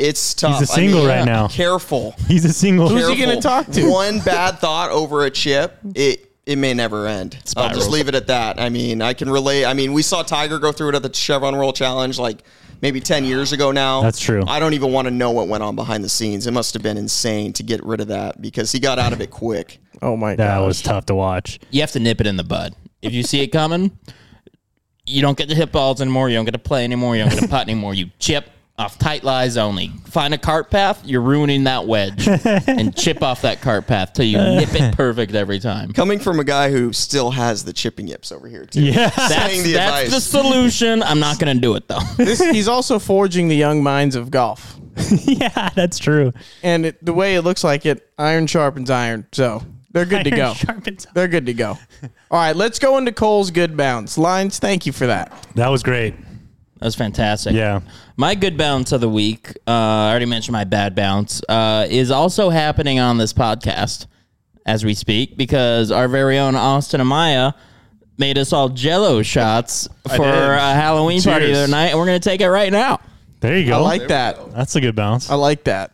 B: It's tough.
D: He's a single right now.
B: Careful.
D: He's a single.
A: Who's he gonna
B: Careful.
A: talk to?
B: One bad thought over a chip, it it may never end. I'll
C: Spirals.
B: just leave it at that. I mean, I can relate. I mean, we saw Tiger go through it at the Chevron Roll Challenge like maybe 10 years ago now.
D: That's true.
B: I don't even want to know what went on behind the scenes. It must have been insane to get rid of that because he got out of it quick.
A: Oh my
D: That
A: god.
D: was tough to watch.
C: You have to nip it in the bud. If you see it coming, you don't get to hit balls anymore. You don't get to play anymore. You don't get to putt anymore. You chip off tight lies only. Find a cart path. You're ruining that wedge and chip off that cart path till you nip it perfect every time.
B: Coming from a guy who still has the chipping yips over here, too.
D: Yeah.
B: Saying
C: That's,
B: the
C: that's
B: advice.
C: the solution. I'm not going to do it though.
A: This, he's also forging the young minds of golf.
D: yeah, that's true.
A: And it, the way it looks like it, iron sharpens iron. So they're good to
D: Iron
A: go.
D: sharpens iron.
A: They're good to go. All right, let's go into Cole's good bounce. Lines, thank you for that.
D: That was great.
C: That was fantastic.
D: Yeah.
C: My good bounce of the week, uh, I already mentioned my bad bounce, uh, is also happening on this podcast as we speak because our very own Austin Amaya made us all jello shots for
E: did.
C: a Halloween party the
E: Cheers.
C: other night, and we're going to take it right now.
D: Oh, There you go.
A: I like that.
D: that's a good bounce.
A: I like that.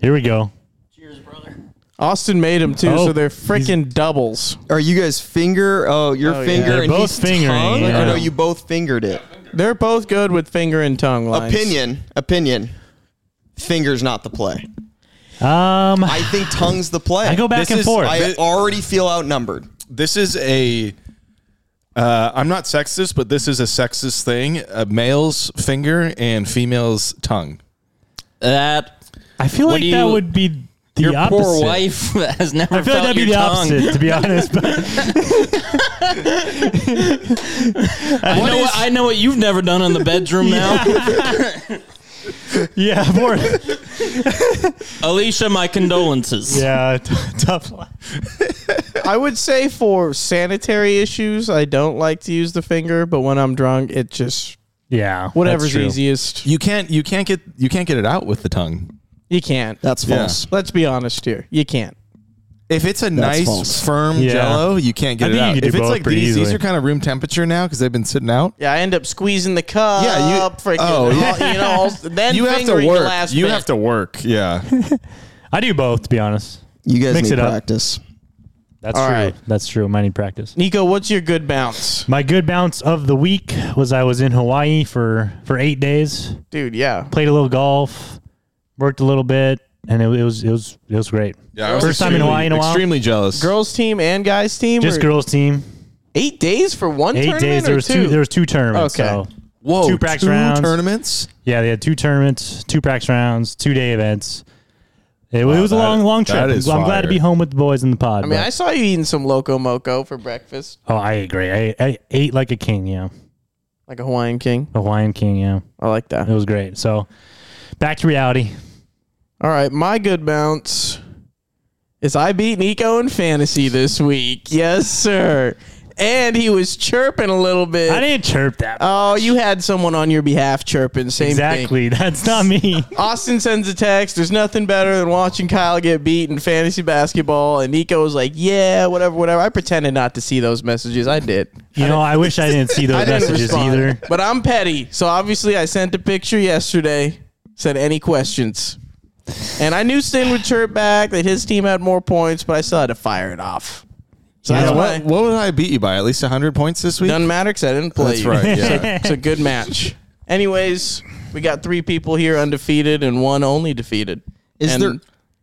D: Here we go.
C: Cheers, brother.
A: Austin made them too,
D: Oh,
A: so they're freaking doubles.
B: Are you guys finger? Oh, your
A: yeah.
B: finger
D: They're
B: and
D: both
B: he's
D: fingering,
B: tongue?
D: yeah.
B: Or no, you both fingered it.
A: They're both good with finger and tongue lines.
B: Opinion, opinion. Fingers not the play.
D: Um,
B: I think tongue's the play.
D: I go back
E: This
D: and
E: is-
D: forth.
B: I already feel outnumbered.
E: this is a uh, I'm not sexist, but this is a sexist thing. A male's finger and female's tongue.
C: That,
D: I feel
C: What
D: like
C: do
D: that
C: you-
D: would be the
C: your
D: opposite.
C: poor wife has never
D: I feel like that'd
C: felt your
D: be the
C: tongue.
D: opposite, to be honest. But
C: I know, what, I know what you've never done in the bedroom now.
D: yeah, more.
C: Alicia, my condolences.
D: Yeah, t- tough. li-
A: I would say for sanitary issues, I don't like to use the finger, but when I'm drunk, it just
D: Yeah, that's
A: whatever's
D: true.
A: easiest.
E: You can't you can't get you can't get it out with the tongue.
A: You can't.
B: That's
E: Yeah.
B: false.
A: Let's be honest here. You can't.
E: If it's a nice
B: false.
E: firm
D: Yeah.
E: jello, you can't get
D: I
E: it
D: think you
E: out.
D: could do
E: if it's
D: both
E: like
D: pretty
E: these, these
D: easily.
E: are kind of room temperature now because they've been sitting out.
A: Yeah, I end up squeezing the cup.
E: Yeah, you-
A: freaking,
E: oh,
A: all, you know, all- then
E: You have to
A: fingering The
E: work.
A: last
E: You
A: bit.
E: have to work. Yeah.
D: I do both, to be honest.
B: You guys
D: Mix
B: need
D: it up.
B: practice.
D: That's
A: All
D: true.
A: right.
D: That's true. I need practice.
A: Nico, what's your good bounce,
D: My good bounce of the week was I was in Hawaii for for eight days.
A: dude? Yeah,
D: Played a little golf, worked a little bit, and it, it was it was it was great.
E: yeah I was
D: First time in
E: extremely-
D: Hawaii in a while.
E: Extremely jealous.
A: girls team and guys team.
D: Just
A: or
D: girls team.
A: Eight days for one
D: Eight
A: tournament
D: days.
A: or
D: There was two?
A: two.
D: There was two tournaments.
A: Okay.
D: So
E: Whoa,
D: two practice
E: two
D: rounds.
E: tournaments.
D: yeah, they had two tournaments, two practice rounds, two day events. It, it was a
E: that-
D: long, long trip.
E: that is
D: I'm glad to
E: fire.
D: be home with the boys in the pod.
A: I mean,
D: but-
A: I saw you eating some loco moco for breakfast,
D: Oh, I agree. I, I ate like a king, yeah.
A: like a Hawaiian king.
D: A Hawaiian king, yeah.
A: I like that.
D: It was great. So back to reality.
A: All right, my good bounce is I beat Nico in fantasy this week. Yes, sir. And he was chirping a little bit.
D: I didn't chirp that.
A: oh, you had someone on your behalf chirping. Same thing.
D: exactly. That's not me.
A: Austin sends a text. There's nothing better than watching Kyle get beat in fantasy basketball. And Nico was like, yeah, whatever, whatever. I pretended not to see those messages. I did.
D: You know, I wish I didn't see
A: I
D: those
A: didn't
D: messages
A: respond.
D: either.
A: But I'm petty. So obviously, I sent a picture yesterday, said, any questions? And I knew Stin would chirp back that his team had more points, but I still had to fire it off. So
E: Yeah,
A: that's
E: what,
A: why.
E: what would I beat you by? At least 100 points this week?
A: Doesn't matter because I didn't play.
E: That's
A: you.
E: right. Yeah.
A: It's a good match. Anyways, we got three people here undefeated and one only defeated.
B: Is
A: And-
B: there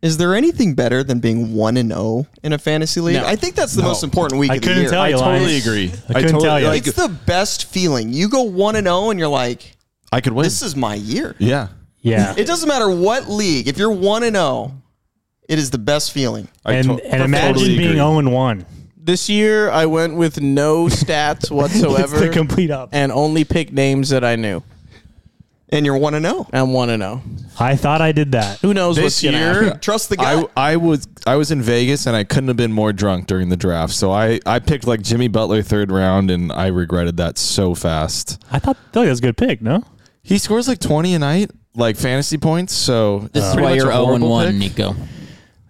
B: is there anything better than being one and zero in a fantasy league?
A: No.
B: I think that's the most important week
D: I
B: of the
D: couldn't
B: year.
D: tell
E: I
D: you.
E: totally
D: Lions.
E: agree.
D: I couldn't
E: totally,
D: tell you.
E: Like,
B: it's the best feeling. You go one and zero, and you're like,
E: I could win.
B: "This is my year."
E: yeah.
D: Yeah.
B: It doesn't matter what league. If you're one and zero, it is the best feeling.
E: I
D: and
E: to-
D: and imagine
E: totally
D: being
E: agree.
D: 0 and 1.
A: This year, I went with no stats
D: It's the
A: whatsoever
D: complete up.
A: and only picked names that I knew
B: And you're one and oh. zero.
A: and want to know.
D: I thought I did that.
A: Who knows what's
E: This
A: going to happen?
E: year,
B: Trust the guy.
E: I, I was I was in Vegas and I couldn't have been more drunk during the draft. So I, I picked like Jimmy Butler third round and I regretted that so fast.
D: I thought, I thought that was a good pick, no?
E: He scores like 20 a night, like fantasy points. So uh,
C: This is
D: Uh,
E: pretty
C: why
E: much
C: you're
E: a
C: 0
E: horrible
C: 1,
E: pick.
C: Nico.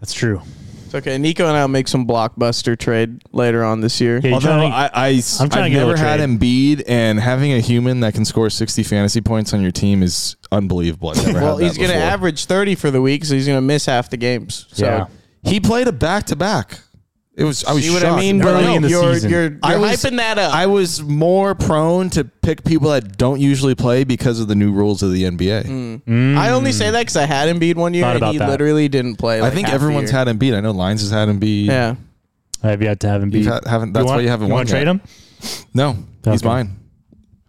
D: That's true.
A: It's okay. Nico and I'll make some blockbuster trade later on this year.
D: Yeah, you're
E: Although
D: trying to-
E: I, I,
D: I'm trying to
E: have
D: get a
E: never had
D: trade.
E: Embiid, and having a human that can score 60 fantasy points on your team is unbelievable. I've never
A: Well,
E: had that
A: he's going to
E: before.
A: average 30 for the week, so he's going to miss half the games. So
D: yeah.
E: He played a back to back. It was. I was
A: See what
E: shocked.
A: I mean?
E: No,
A: bro?
D: Early in the
A: you're,
D: season.
A: You're, you're
E: I was-
A: hyping that up.
E: I was more prone to pick people that don't usually play because of the new rules of the NBA. Mm.
A: I only say that because I had Embiid one year
D: Thought
A: and
D: about
A: he
D: that.
A: literally didn't play.
E: I
A: like,
E: think
A: half the
E: everyone's
A: year.
E: had Embiid. I know Lines has had Embiid.
A: Yeah.
D: I have yet to have him
E: You
D: beat.
E: ha- haven't. That's
D: want-
E: why you haven't
D: you
E: won.
D: want to trade
E: yet.
D: him?
E: No, he's
D: Okay.
E: mine.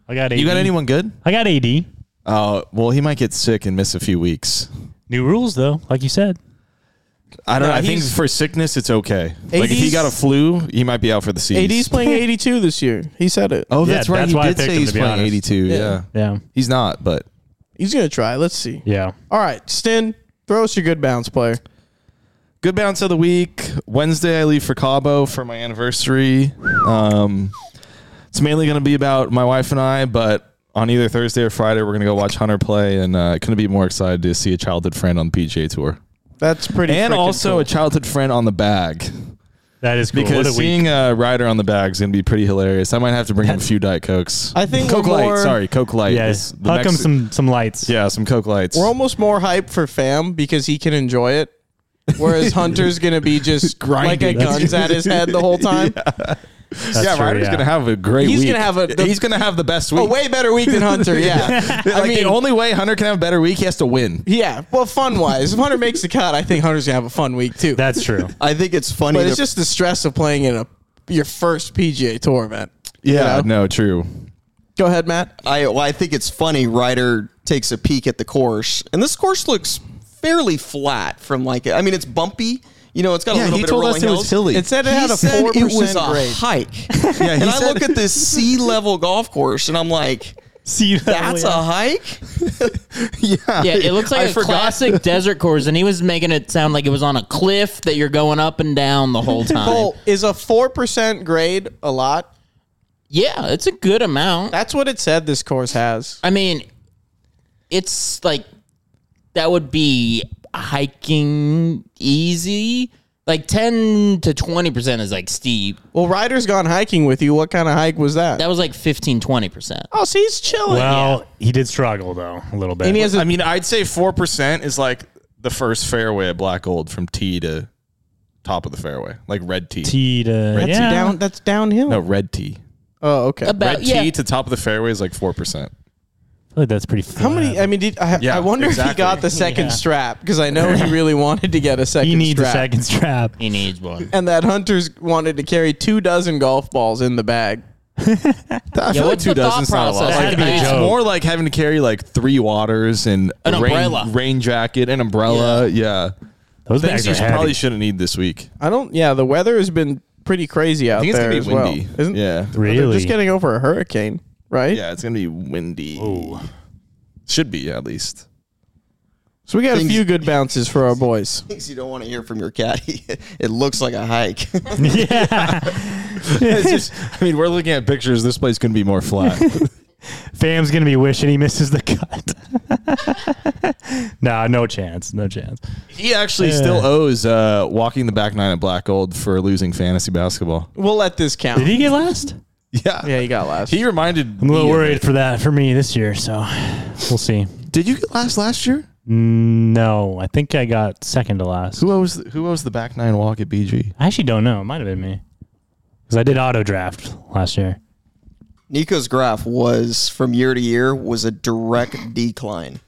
D: I got AD.
E: You got anyone good?
D: I got AD.
E: Uh, well, he might get sick and miss a few weeks.
D: New rules though, like you said.
E: I don't.
A: No,
E: I think
A: he's-
E: for sickness, it's okay. like if he
A: 80s
E: got a flu, he might be out for the season.
A: AD's playing 82 this year. He said it.
E: Oh,
D: Yeah,
E: that's right.
D: that's
E: he
D: why I
E: did
D: picked
E: say
D: him,
E: he's
D: to be
E: playing
D: honest.
E: 82. Yeah.
D: Yeah,
E: he's not, but
A: He's going to try. Let's see.
D: yeah.
A: All right, Sten, throw us your good bounce player.
E: good bounce of the week. Wednesday, I leave for Cabo for my anniversary. Um, it's mainly going to be about my wife and I, but on either Thursday or Friday, we're going to go watch Hunter play, and uh, couldn't be more excited to see a childhood friend on the PGA Tour,
A: That's pretty.
E: and
A: freaking
E: also
A: cool.
E: a childhood friend on the bag.
D: That is cool.
E: Because
D: what a week.
E: seeing a rider on the bag is going to be pretty hilarious. I might have to bring him a few Diet Cokes.
A: I think
E: Coke
A: we're
E: Light.
A: more-
E: Sorry, Coke Light.
D: Yeah,
E: This- the
D: huck him
E: Mexi-
D: some some lights.
E: Yeah, some Coke Lights.
A: We're almost more hype for Fam because he can enjoy it, whereas Hunter's gonna be just like a
E: grinding.
A: guns at his head the whole time.
D: That's
E: yeah,
D: true,
E: Ryder's
D: yeah.
E: gonna have a great
A: He's
E: week.
A: gonna have a- Oh, the-
E: he's gonna have the best week.
A: A way better week than Hunter. Yeah,
E: Like,
A: I mean,
E: the only way Hunter can have a better week, he has to win.
A: yeah. Well, fun wise, if Hunter makes the cut, I think Hunter's gonna have a fun week too.
D: That's true.
B: I think it's funny.
A: but
B: to-
A: it's just the stress of playing in a your first PGA Tour event.
E: Yeah, no, true.
A: Go ahead, Matt.
B: I well, I think it's funny. Ryder takes a peek at the course, and this course looks fairly flat. From like, I mean, it's bumpy. You know, it's got a
E: Yeah,
B: little
E: he
B: bit of
E: told
B: rolling
E: us it was
B: hills.
E: hilly.
A: It said it
B: He
A: had a
B: said
A: four
B: it was
A: percent
B: a
A: grade.
B: hike.
E: Yeah, he
B: and I
E: said-
B: look at this sea level golf course, and I'm
A: Oh,
B: like,
D: See,
B: that's a hike.
E: yeah,
C: Yeah, it looks like
E: I
C: a
E: forgot.
C: classic desert course, and he was making it sound like it was on a cliff that you're going up and down the whole time.
A: Cole, is a four percent grade a lot?
C: Yeah, it's a good amount.
A: That's what it said. This course has.
C: I mean, it's like that would be hiking easy. Like 10 to 20% is like steep.
A: Well, Ryder's gone hiking with you. What kind of hike was that?
C: That was like 15, 20%.
A: oh, see, he's chilling.
D: Well, he did struggle though a little bit.
A: and he has a
E: I mean, I'd say four percent is like the first fairway at Black Gold from tee to top of the fairway, like red tee.
D: T to
A: That's
D: yeah.
A: down. That's downhill.
E: No, red tee.
A: Oh, okay.
C: About,
E: Red
C: Uh, yeah.
E: tee to top of the fairway is like four percent.
D: I feel like that's pretty.
A: How many? I mean, did, I,
E: Yeah,
A: I wonder if he
E: exactly.
A: got the second strap because I know he really wanted to get a second.
D: He needs
A: strap.
D: a second strap.
C: He needs one.
A: And that Hunter's wanted to carry two dozen golf balls in the bag.
E: I
C: Yeah, what's the thought process?
D: That had to be a
C: Yeah.
E: It's
D: joke.
E: more like having to carry like three waters and
C: An
E: a rain,
C: umbrella.
E: rain jacket, an umbrella. Yeah,
D: Those
E: things
D: bags
E: you
D: are
E: should-
D: heavy.
E: probably shouldn't need this week.
A: I don't. Yeah, the weather has been pretty crazy out
E: I think it's
A: there
E: gonna be
A: as well.
E: windy.
A: Isn't
E: yeah,
A: they're
D: really?
A: just getting over a hurricane, right?
E: yeah, it's gonna be windy.
D: Ooh.
E: Should be at least.
A: So we got a
B: Things-
A: few good bounces for our boys.
B: Things you don't want to hear from your caddy. It looks like a hike.
E: it's just, I mean, we're looking at pictures. This place gonna be more flat.
D: Fam's gonna be wishing he misses the cut. nah, no chance. No chance.
E: he actually still owes uh, walking the back nine at Black Gold for losing fantasy basketball.
A: We'll let this count.
D: Did he get last?
E: Yeah,
A: Yeah, he got last.
E: He reminded.
D: I'm a little
E: me of
D: worried
E: it.
D: for that for me this year, so we'll see.
E: Did you get last last year?
D: No, I think I got second to last.
E: Who owes who owes the back nine walk at BG?
D: I actually don't know. It might have been me because I did auto draft last year.
B: Nico's graph was from year to year was a direct decline.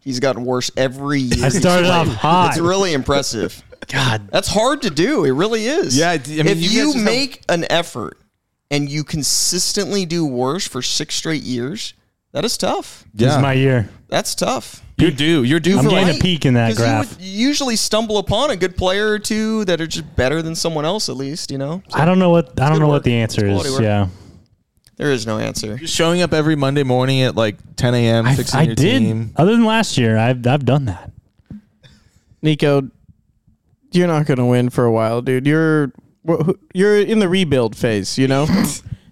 B: He's gotten worse every year.
D: I started off hot.
B: It's really impressive.
D: God,
B: That's hard to do. It really is.
E: Yeah, I mean,
B: if
E: you guys
B: you,
E: just have-
B: make an effort and you consistently do worse for six straight years, that is tough.
D: this is my year.
B: That's tough.
E: you're due. You're due
D: I'm
E: for
D: getting
E: like-
D: a peek in that
B: Because
D: graph.
B: you would usually stumble upon a good player or two that are just better than someone else, at least, you know?
D: I don't know what I don't
B: good
D: know
B: work.
D: what the answer
B: It's
D: is.
B: quality
D: Yeah,
B: There is no answer.
E: Just showing up every Monday morning at like 10 a.m.
D: I,
E: fixing
D: I
E: your
D: did.
E: team.
D: Other than last year, I've I've done that.
A: Nico, you're not going to win for a while, dude. You're wh- who- you're in the rebuild phase, you know.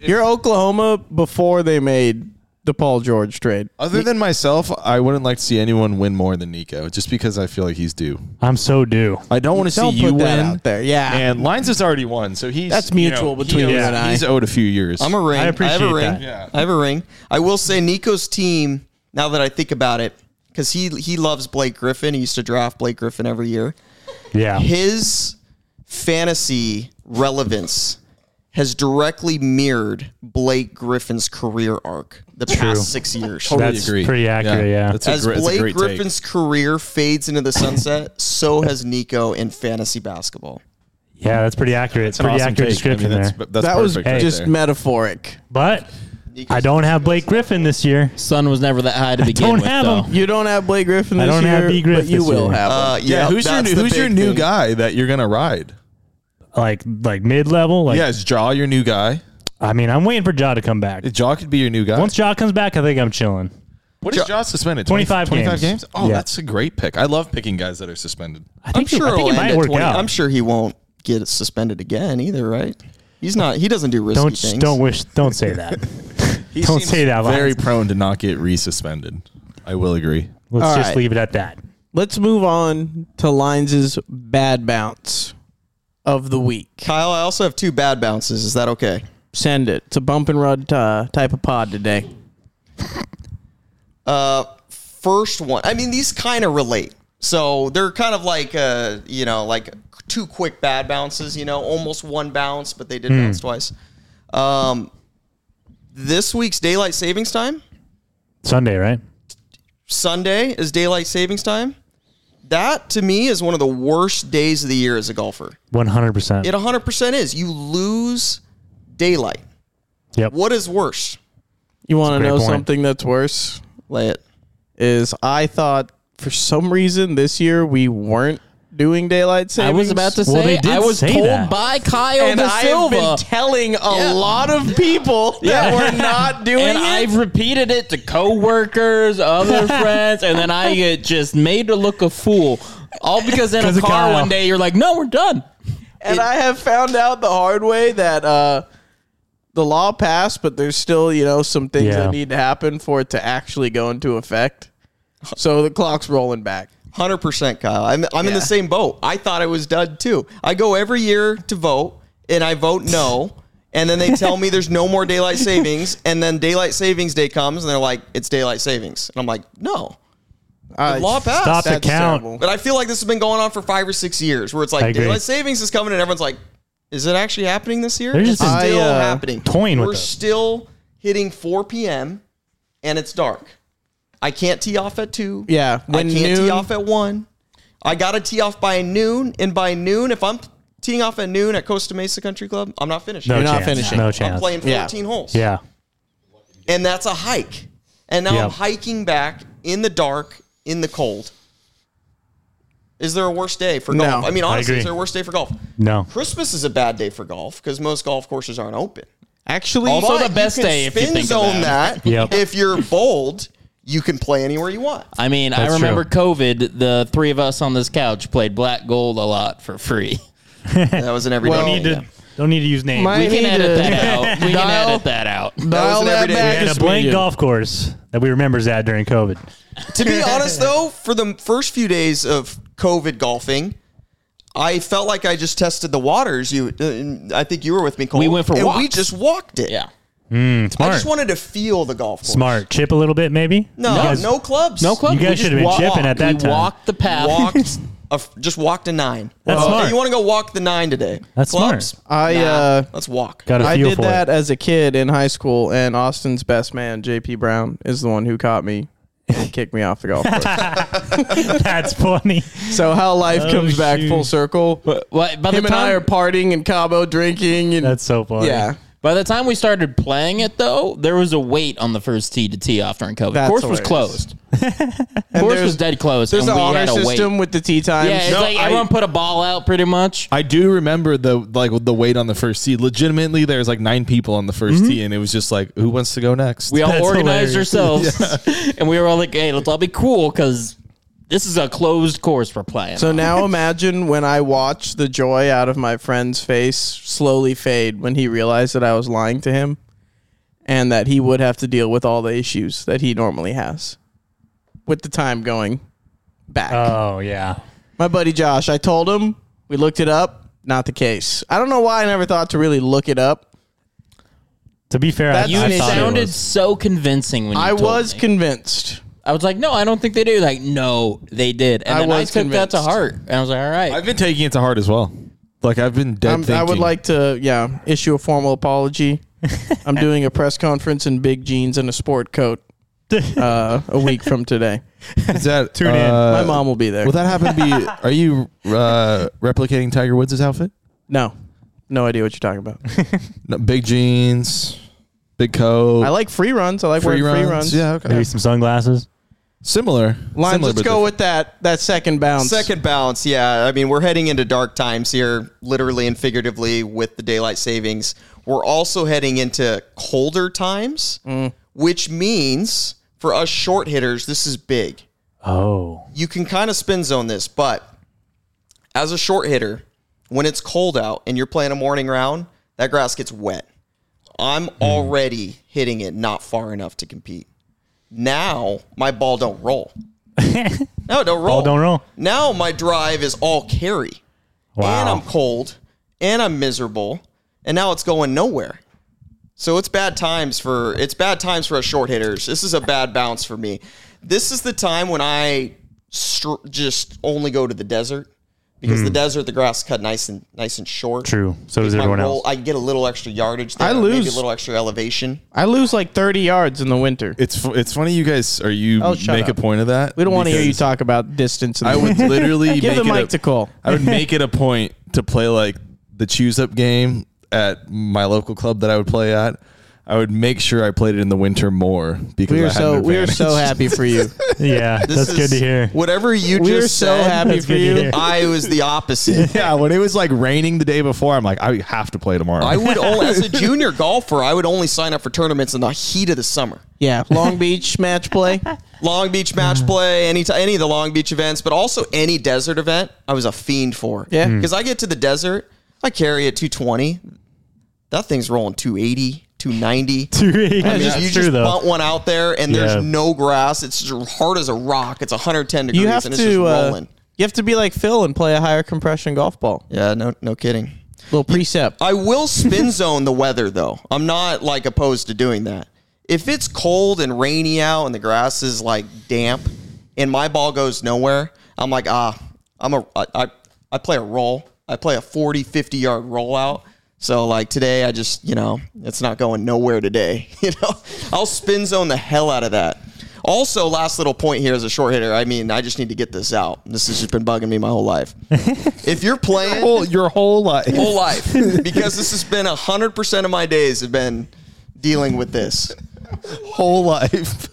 A: you're Oklahoma before they made the Paul George trade.
E: Other than myself, I wouldn't like to see anyone win more than Nico, just because I feel like he's due.
D: I'm so due.
E: I don't want to see
A: Don't
E: you
A: put that
E: win.
A: out there. Yeah.
E: And Lines has already won, so he's
A: That's mutual between
E: he
A: you
E: owes-
A: and I.
E: He's owed a few years.
B: I'm a ring.
D: I
B: I, have
D: appreciate
B: a ring.
D: that.
E: Yeah.
B: I have a ring. I will say Nico's team. Now that I think about it, because he he loves Blake Griffin. He used to draft Blake Griffin every year.
D: Yeah.
B: His fantasy relevance has directly mirrored Blake Griffin's career arc the past six years.
E: Totally
D: That's pretty accurate, yeah.
E: That's a
B: As
E: great- that's a
B: Blake
E: great take.
B: Griffin's career fades into the sunset, so has Nico in fantasy basketball.
D: Yeah, that's pretty accurate.
E: It's an
D: pretty
E: awesome
D: accurate
E: take.
D: description
E: I mean, that's,
D: there.
E: That's
A: that was
E: perfect right
A: just
E: there.
A: metaphoric.
D: But
B: Nico's-
D: I don't have Blake Griffin this year.
C: Sun was never that high to begin
D: don't
C: with,
D: have
C: though.
D: him.
A: You don't have Blake Griffin
D: I
A: this
D: don't
A: year,
D: have B. Griff
A: but you
D: this
A: will
D: year.
A: have him.
B: Uh,
E: yeah, who's your
B: that's
E: new,
B: the
E: who's your
B: big
E: new
B: thing.
E: guy that you're gonna ride?
D: Like like mid level. Like
E: yeah, is Jaw your new guy?
D: I mean, I'm waiting for Ja to come back.
E: Jaw could be your new guy.
D: Once Ja comes back, I think I'm chilling.
E: what is Jaw suspended?
D: 25
E: 25
D: games.
E: games. Oh,
D: Yeah.
E: that's a great pick. I love picking guys that are suspended.
D: I
B: I'm
D: think,
B: sure
D: it, I think
B: it'll
D: it
B: end
D: might
B: at
D: work
B: 20.
D: out.
B: I'm sure he won't get suspended again either, right? He's not. He doesn't do risky
D: don't
B: things.
D: don't wish don't say that.
E: He
D: Don't
E: seems
D: say that, Lance.
E: Very prone to not get resuspended. I will agree.
D: Let's
A: All
D: just
A: right.
D: leave it at that.
A: Let's move on to Lines' bad bounce of the week.
B: Kyle, I also have two bad bounces. Is that okay?
A: Send it. It's a bump and run uh, type of pod today.
B: Uh, first one. I mean, these kind of relate. So they're kind of like uh, you know, like two quick bad bounces. You know, almost one bounce, but they did bounce twice. Um, this week's daylight savings time.
D: Sunday, right?
B: Sunday is daylight savings time. That to me is one of the worst days of the year as a golfer.
D: One hundred percent.
B: It 100% is. You lose daylight.
D: Yep.
B: What is worse?
A: You want
D: That's
A: to
D: a great
A: know
D: point.
A: something that's worse?
B: Lay it.
A: Is I thought for some reason this year we weren't doing daylight
C: I
A: savings.
C: was about to say,
D: Well, they did
C: I was
D: say
C: told
D: that.
C: by Kyle
A: and
C: Da
A: I have
C: Silva,
A: been telling a
C: Yeah.
A: lot of people that we're not doing
C: and
A: it.
C: I've repeated it to coworkers, other friends, and then I get just made to look a fool, all because in
D: 'Cause
C: a
D: of
C: car
D: Kyle.
C: one day you're like, "No, we're done."
A: and I have found out the hard way that uh, the law passed, but there's still you know some things
D: Yeah.
A: that need to happen for it to actually go into effect. So the clock's rolling back.
B: 100% Kyle. I'm, I'm in the
A: Yeah.
B: same boat. I thought I was done too. I go every year to vote and I vote no. And then they tell me there's no more daylight savings. And then daylight savings day comes and they're like, it's daylight savings. And I'm like, no.
A: I,
B: law passed.
D: Stop the
A: that's
D: count.
A: terrible.
B: But I feel like this has been going on for five or six years where it's
D: I
B: like
D: agree.
B: daylight savings is coming and everyone's like, is it actually happening this year?
D: They're
B: It's
D: just
B: still
D: been-
A: I, uh,
B: happening.
D: toying
B: We're
D: with them.
B: still hitting 4 p.m. and it's dark. I can't tee off at 2.
A: Yeah, when
B: I can't
A: noon-
B: tee off at 1. I got to tee off by noon. And by noon, if I'm teeing off at noon at Costa Mesa Country Club, I'm not finishing.
D: no
A: You're not
D: chance.
A: finishing.
D: No
A: I'm
D: chance.
B: I'm playing
A: Yeah.
B: 14 holes
D: yeah.
B: and that's a hike. And now
D: Yeah.
B: I'm hiking back in the dark, in the cold. Is there a worse day for
A: No.
B: golf? I mean,
D: I
B: honestly,
D: agree.
B: is there a worse day for golf?
D: No.
B: Christmas is a bad day for golf because most golf courses aren't open.
A: Actually,
C: Also
B: But
C: the best
B: you can
C: day if you
B: spin
C: think
B: zone
C: about
B: that.
D: Yep.
B: If you're bold, you can play anywhere you want.
C: I mean,
D: That's
C: I remember
D: true.
C: COVID. The three of us on this couch played Black Gold a lot for free.
B: That was an everyday.
A: Well,
B: thing.
D: Need to- Don't need to use names.
A: My-
D: we
C: We can
A: need
C: edit
A: to-
C: that out. We can
A: Dial-
C: edit that out.
A: dial
B: an
A: that
B: everyday
A: back
B: we
D: had
A: is
D: a blank
A: medium.
D: golf course that we remembers that during COVID.
B: to be honest though, for the first few days of COVID golfing, I felt like I just tested the waters. You, uh, I think you were with me, Cole.
C: We went for
B: and we
C: walks.
B: just walked it.
C: Yeah.
B: I
D: Mm, Smart.
B: just wanted to feel the golf course.
D: Smart. Chip a little bit, maybe.
B: No,
D: You guys-
B: no clubs.
C: No club.
D: You guys
C: We just
D: should have been
C: walked-
D: chipping at that
C: we
D: time.
C: walked the path.
B: Walked. A, f- just walked a nine.
D: That's
B: Well,
D: smart.
B: hey, You want to go walk the nine today?
D: That's
B: clubs?
A: I
D: smart.
B: Nah,
A: uh,
B: let's walk.
D: Got a
A: I
D: feel
A: did
D: for
A: that
D: it.
A: as a kid in high school, and Austin's best man, J.P. Brown, is the one who caught me and kicked me off the golf course.
D: That's funny.
A: so how life
D: Oh,
A: comes back
D: shoot.
A: full circle.
C: Well, by the
A: Him and I
C: time
A: are partying in Cabo, drinking, and
D: That's so funny.
A: yeah.
C: by the time we started playing it though, there was a wait on the first tee to tee off during COVID.
A: That's
C: course was
A: hilarious.
C: closed. course
A: there's-
C: was dead closed.
A: There's
C: and
A: an
C: we
A: honor
C: had a wait.
A: system with the tea times.
C: Yeah, it's
E: No,
C: like
E: I-
C: everyone put a ball out pretty much.
E: I do remember the like the wait on the first tee. Legitimately, there's like nine people on the 1st
A: Mm-hmm.
E: tee, and it was just like, who wants to go next?
C: We all
D: That's
C: organized
D: hilarious.
C: ourselves, and we were all like, "Hey, let's all be cool because this is a closed course we're playing."
A: So now imagine when I watch the joy out of my friend's face slowly fade when he realized that I was lying to him. and that he would have to deal with all the issues that he normally has with the time going back.
D: Oh yeah.
A: My buddy Josh, I told him, we looked it up, not the case. I don't know why I never thought to really look it up.
D: To be fair,
A: That's
D: I, I
A: an
C: You
D: thought it
C: sounded
D: was.
C: so convincing when you
A: I
C: told
A: was
C: me.
A: convinced.
C: I was like, no, I don't think they do. Like, no, they did. And
A: I
C: then I
A: was
C: took that to
A: convinced.
C: heart. And I was like, all right.
E: I've been taking it to heart as well. Like I've been dead
A: I'm, Um, I would
E: thinking.
A: like to, yeah, issue a formal apology. I'm doing a press conference in big jeans and a sport coat uh, a week from today.
E: Is that
D: Tune in.
E: Uh,
A: My mom will be there.
E: Will that happen to be? Are you uh, replicating Tiger Woods' outfit?
A: no, no idea what you're talking about.
E: No, big jeans, big coat.
A: I like free runs. I like wearing free runs.
E: Yeah, okay.
D: Maybe some sunglasses.
E: Similar.
A: Lines,
E: Similar,
A: let's go
E: but different.
A: with that. That second bounce.
B: Second bounce, yeah. I mean, we're heading into dark times here, literally and figuratively, with the daylight savings. We're also heading into colder times,
D: Mm.
B: which means for us short hitters, this is big.
D: Oh.
B: You can kind of spin zone this, but as a short hitter, when it's cold out and you're playing a morning round, that grass gets wet. I'm
D: Hmm.
B: already hitting it not far enough to compete. Now my ball don't roll. no, don't roll.
D: Ball don't roll.
B: Now my drive is all carry.
D: Wow.
B: And I'm cold and I'm miserable and now it's going nowhere. So it's bad times for it's bad times for us short hitters. This is a bad bounce for me. This is the time when I str- just only go to the desert because the desert the grass is cut nice and nice and short.
D: Hmm. True. So does
B: My
D: everyone
B: roll-
D: else.
B: I get a little extra yardage. There,
A: I
B: maybe a
A: lose.
B: little extra elevation.
A: I lose like 30 yards in the winter.
E: It's fu- it's funny you guys are you
A: Oh, shut
E: make
A: up.
E: a point of that.
A: We don't want to hear you
E: because
A: talk about distance. In the
E: I would literally
A: Give the
E: make it
A: mic
E: a-
A: to Cole.
E: I would make it a point to play like the choose up game at my local club that I would play at. I would make sure I played it in the winter more because
A: We
E: I
A: are
E: had
A: so
E: an
A: we are so
E: advantage.
A: happy for you.
D: yeah,
B: This
D: that's good to
B: is-
D: hear.
B: Whatever you
A: We are
B: just
A: so
B: said,
A: happy
D: That's
A: for
D: good to
A: you.
D: hear.
B: I was the opposite.
E: Yeah, when it was like raining the day before, I'm like, I have to play tomorrow.
B: I would only, as a junior golfer, I would only sign up for tournaments in the heat of the summer.
A: Yeah, Long Beach match play.
B: Long Beach
A: Mm.
B: match play, any t- any of the Long Beach events, but also any desert event, I was a fiend for.
A: Yeah. Hmm.
B: because I get to the desert, I carry a 220. That thing's rolling 280, 290. I mean,
D: that's
B: you
D: true
B: just
D: though.
B: bunt one out there, and
D: Yeah.
B: there's no grass. It's just hard as a rock. It's 110 degrees,
A: You have
B: and it's just
A: to uh,
B: rolling.
A: you have to be like Phil and play a higher compression golf ball.
B: Yeah, no, no kidding.
A: Little precept.
B: I will spin zone the weather though. I'm not like opposed to doing that. If it's cold and rainy out and the grass is like damp and my ball goes nowhere, I'm like, ah, I'm a I I, I play a roll. I play a 40, 50 yard rollout. So like today I just, you know, it's not going nowhere today. You know? I'll spin zone the hell out of that. Also, last little point here as a short hitter. I mean, I just need to get this out. This has just been bugging me my whole life. if you're playing
E: whole, your whole life.
B: whole life because this has been 100% of my days have been dealing with this.
E: whole life.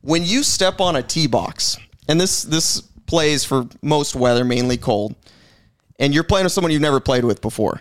B: When you step on a tee box, and this this plays for most weather, mainly cold, and you're playing with someone you've never played with before,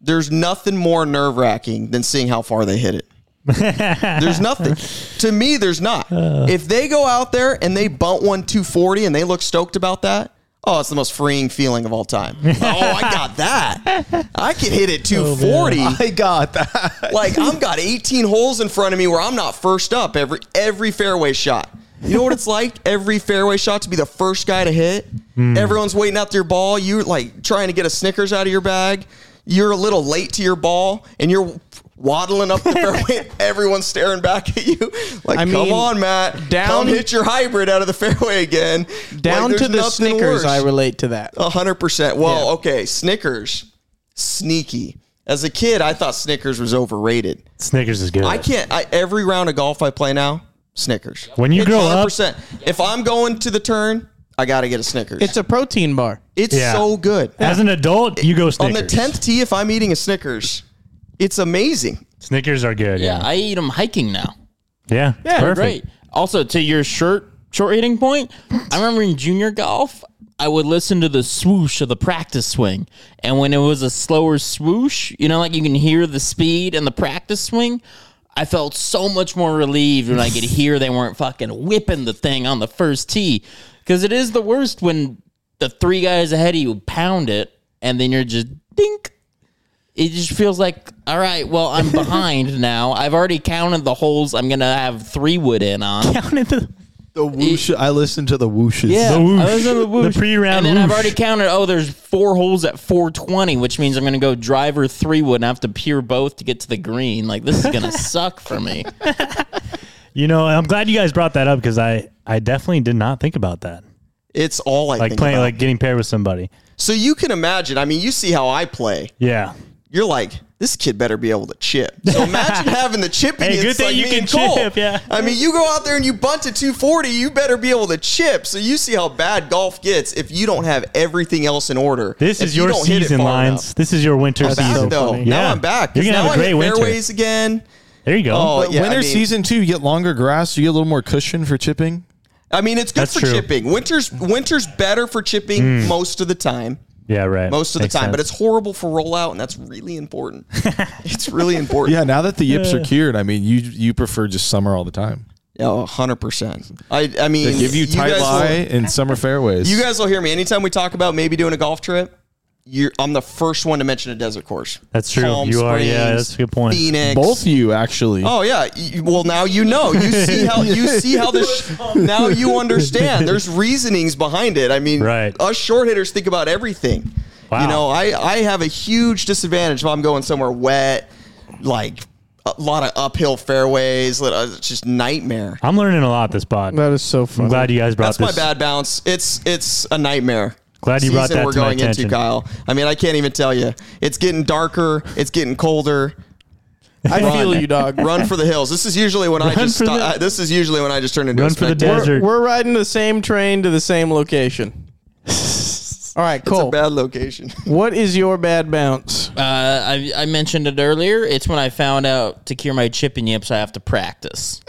B: there's nothing more nerve wracking than seeing how far they hit it. there's nothing. To me, there's not. If they go out there and they bunt one 240 and they look stoked about that, oh, it's the most freeing feeling of all time. oh, I got that. I can hit it 240.
E: I got that.
B: Like I'm got 18 holes in front of me where I'm not first up every every fairway shot. You know what it's like every fairway shot to be the first guy to hit.
A: Hmm.
B: Everyone's waiting out their ball. You're like trying to get a Snickers out of your bag. You're a little late to your ball, and you're waddling up the fairway. Everyone's staring back at you. Like,
A: I
B: come
A: mean,
B: on, Matt,
A: down-
B: come hit your hybrid out of the fairway again.
A: Down to the Snickers, I relate to that.
B: A hundred percent. Well,
A: Yeah.
B: okay, Snickers, sneaky. As a kid, I thought Snickers was overrated.
D: Snickers is good.
B: I can't. I, every round of golf I play now, Snickers.
D: When you
B: It's
D: grow up-
B: 100%. if I'm going to the turn, I got to get a Snickers.
A: It's
B: It's,
A: a protein bar.
D: Yeah.
B: so good.
D: As an adult, you go
B: On
D: Snickers.
B: the tenth tee, if I'm eating a Snickers, it's amazing.
D: Snickers are good.
C: yeah,
D: Yeah.
C: I eat them hiking now.
D: Yeah.
A: Yeah,
D: perfect.
C: Great. Also, to your short short hitting point, I remember in junior golf, I would listen to the swoosh of the practice swing, and when it was a slower swoosh, you know, like you can hear the speed and the practice swing. I felt so much more relieved when I could hear they weren't fucking whipping the thing on the first tee, because it is the worst when the three guys ahead of you pound it, and then you're just dink. it just feels like all right. Well, I'm behind now. I've already counted the holes. I'm gonna have three wood in on.
D: Down into the,
F: The whoosh. I listened to the whooshes.
C: Yeah,
D: The whoosh.
C: I was in the
D: The
C: whoosh.
D: pre-round
C: and then I've
D: whoosh.
C: already counted. Oh, there's four holes at 420, which means I'm gonna go driver three wood and I have to peer both to get to the green. Like this is gonna suck for me.
D: you know, I'm glad you guys brought that up because I, I definitely did not think about that.
B: It's all I
D: Like
B: think
D: playing,
B: about.
D: like getting paired with somebody.
B: so you can imagine. I mean, you see how I play.
D: Yeah.
B: You're like, this kid better be able to chip. So imagine having the chipping.
D: Hey, good
B: hits
D: thing
B: like
D: you
B: me
D: can
B: and Cole.
D: chip, yeah.
B: I mean, you go out there and you bunt to 240. You better be able to chip. So you see how bad golf gets if you don't have everything else in order.
D: This
B: If
D: is
B: you
D: your
B: don't hit it
D: season,
B: far
D: Lines.
B: enough.
D: This is your winter
B: I'm back
D: season.
B: though. Now
D: Yeah.
B: I'm back.
D: You're gonna
B: now
D: have a
B: I
D: great
B: hit
D: winter.
B: fairways again.
D: There you go.
B: Oh,
E: But
B: yeah, I
E: winter
B: mean-
E: season too, you get longer grass, you get a little more cushion for chipping.
B: I mean, it's good
D: That's
B: for
D: true.
B: chipping. Winter's winter's better for chipping most of the time.
D: yeah, right.
B: Most of the
D: Makes
B: time, but
D: sense.
B: it's horrible for rollout, and that's really important. it's really important.
E: Yeah, now that the yips are cured, I mean, you you prefer just summer all the time.
B: Oh, 100%. I, I mean,
E: They give you tight
B: guys
E: lie
B: will-
E: and summer fairways.
B: You guys will hear me anytime we talk about maybe doing a golf trip. You're, I'm the first one to mention a desert course.
D: That's true.
B: Palm
D: You are. Yeah,
B: Springs,
D: that's a good point.
B: Phoenix.
E: both you actually.
B: Oh yeah. You- Well, now you know. You see how you see how this. Now you understand. There's reasonings behind it. I mean,
D: Right.
B: us short hitters think about everything.
D: Wow.
B: You know, I I have a huge disadvantage if I'm going somewhere wet, like a lot of uphill fairways. li- uh, It's just nightmare.
D: I'm learning a lot this pod.
A: That is so funny.
D: I'm glad you guys brought
B: That's
D: this.
B: my bad bounce. It's it's a nightmare.
D: Glad you brought
B: season
D: that
B: we're
D: to my
B: going
D: attention.
B: into, Kyle. I mean, I can't even tell you. It's getting darker. It's getting colder.
A: I feel you, dog.
B: Run for the hills. This is usually when I
D: Run
B: just
D: for
B: stop,
D: the-
B: I- this is usually when I just turn into
D: Run
B: a
D: for the
B: spectator.
A: We're,
D: desert.
A: we're riding the same train to the same location. All right,
B: It's
A: Cole.
D: Oh.
B: a bad location.
A: what is your bad bounce?
C: Uh, I, I mentioned it earlier. It's when I found out to cure my chipping yips, I have to practice.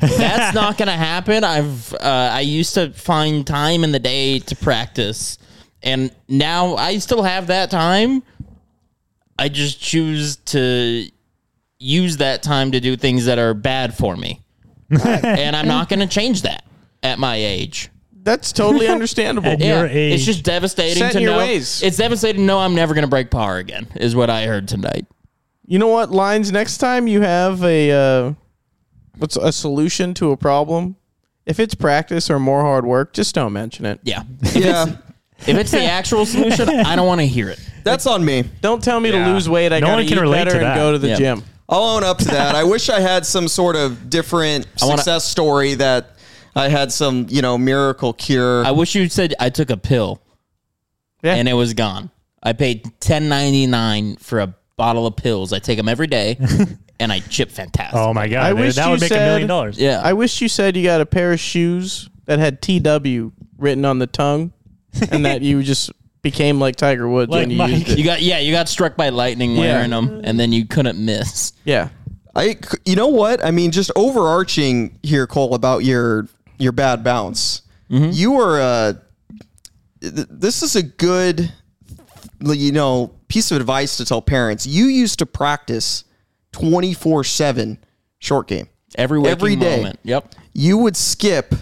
C: That's not going to happen. I've uh, I used to find time in the day to practice, and now I still have that time. I just choose to use that time to do things that are bad for me, and I'm not going to change that at my age.
A: That's totally understandable.
D: And your age.
C: It's just devastating
A: Set
C: to
A: in your
C: know.
A: ways.
C: It's devastating to know I'm never going to break par again. Is what I heard tonight.
A: You know what? Lines next time you have a uh, what's a solution to a problem. If it's practice or more hard work, just don't mention it.
C: Yeah.
B: yeah,
C: If it's the actual solution, I don't want to hear it.
B: that's on me.
A: Don't tell me to
D: Yeah.
A: lose weight. I
D: No
A: gotta
D: one can
A: eat
D: relate
A: better
D: to
A: and
D: that.
A: go to the
C: Yeah.
A: gym.
B: I'll own up to that. I wish I had some sort of different
C: wanna-
B: success story that I had some you know miracle cure.
C: I wish you said I took a pill
A: Yeah.
C: and it was gone. I paid ten ninety nine for a bottle of pills. I take them every day, and I chip fantastic.
D: oh my god,
A: I
D: dude,
A: wish
D: that
A: you
D: would make
A: said-
D: a million dollars.
C: yeah,
A: I wish you said you got a pair of shoes that had TW written on the tongue, and that you just became like Tiger Woods
D: Like
A: when you
D: Mike.
A: used it.
C: you got yeah, you got struck by lightning wearing them, and then you couldn't miss.
A: Yeah.
B: I, you know what? I mean, just overarching here, Cole, about your your bad bounce. You are a. th- This is a good, you know, piece of advice to tell parents. You used to practice twenty four seven short game.
C: Every waking
B: Every day.
C: moment. Yep.
B: You would skip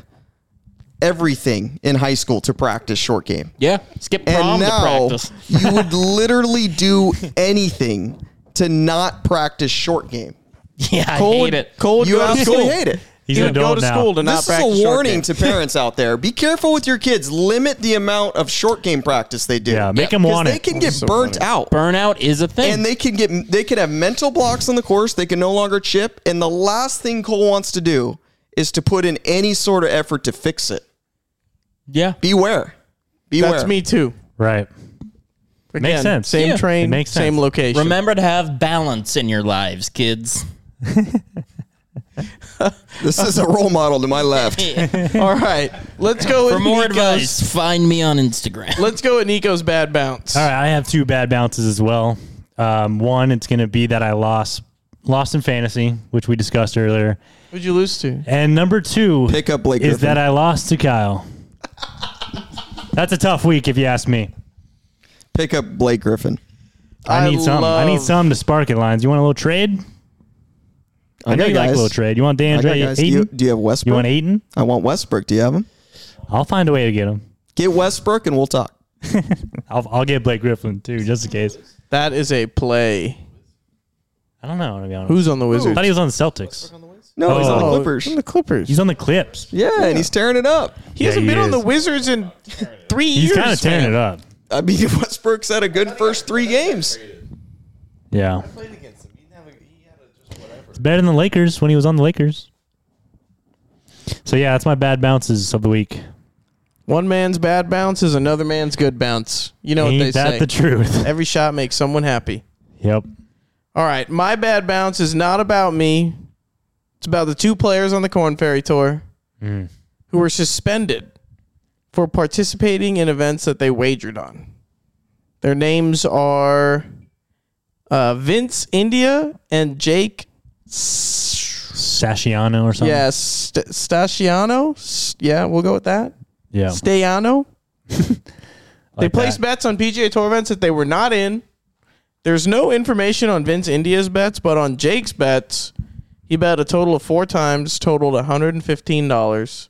B: everything in high school to practice short game,
C: Yeah. Skip
B: and
C: prom to
B: now
C: practice.
B: you would literally do anything to not practice short game.
C: Yeah, I hate it.
A: Cole would
B: You
A: go to
B: absolutely
A: school.
B: hate it.
D: He's
A: he
D: an
A: would go
D: adult
A: to
D: now.
A: school to not
B: This is
A: practice
B: a
A: short
B: warning
A: game.
B: to parents out there. Be careful with your kids. Limit the amount of short game practice they do.
D: Yeah, make him
B: 'Cause
D: want
B: they
D: it.
B: can get burnt out.
C: Burnout is a thing.
B: And they can get they can have mental blocks on the course. They can no longer chip. And the last thing Cole wants to do is to put in any sort of effort to fix it.
C: yeah.
B: Beware. Beware.
A: That's me too.
D: Right.
A: Again,
D: sense.
A: Same
C: Yeah.
A: train,
D: It makes
A: same
D: sense.
A: location.
C: Remember to have balance in your lives, kids.
B: This is a role model to my left.
A: All right, let's go with
C: For more
A: Nico's,
C: advice, find me on Instagram.
A: Let's go with Nico's bad bounce.
D: All right, I have two bad bounces as well. Um, one, it's going to be that I lost lost in fantasy, which we discussed earlier,
A: Who'd you lose to?
D: and number two
B: Pick up Blake
D: is
B: Griffin.
D: that I lost to Kyle. That's a tough week, if you ask me.
B: Pick up Blake Griffin.
D: I,
A: I
D: need some. I need
A: love-
D: some to spark it, lines. You want a little trade? I, know
B: got
D: you like a
B: guys.
D: little trade. You want
B: I got
D: DeAndre
B: guys.
D: Ayton?
B: Do you, do you have
D: You
B: Westbrook?
D: want Ayton?
B: I want Westbrook. Do you have him?
D: I'll find a way to get him.
B: Get Westbrook and we'll talk.
D: I'll, I'll get Blake Griffin too, just in case.
A: That is a play.
D: I don't know. To be honest,
A: Who's on the
D: I
A: Wizards?
D: thought he was on the Celtics.
B: No, he's on the
A: Oh,
B: Clippers.
A: on the Clippers.
D: He's on the Clips.
B: Yeah, and he's tearing it up.
A: He hasn't
D: Yeah, he
A: been on
D: is.
A: the Wizards in three
D: He's
A: years.
D: kind of tearing
A: man.
D: it up.
B: I mean, Westbrook's had a good first three games.
D: Yeah. It's better than the Lakers when he was on the Lakers. So yeah, that's my bad bounces of the week.
A: One man's bad bounce is another man's good bounce. You know what they
D: Ain't that
A: say.
D: the truth?
A: Every shot makes someone happy.
D: yep.
A: All right, my bad bounce is not about me. It's about the two players on the Corn Ferry Tour
D: Hmm.
A: who were suspended for participating in events that they wagered on. Their names are uh, Vince India and Jake. S-
D: Sashiano or something.
A: yeah, St- Staciano. S- yeah, we'll go with that.
D: Yeah.
A: Stayano.
D: like
A: they placed
D: that.
A: bets on PGA Tour events that they were not in. There's no information on Vince India's bets, but on Jake's bets, he bet a total of four times, totaled $115.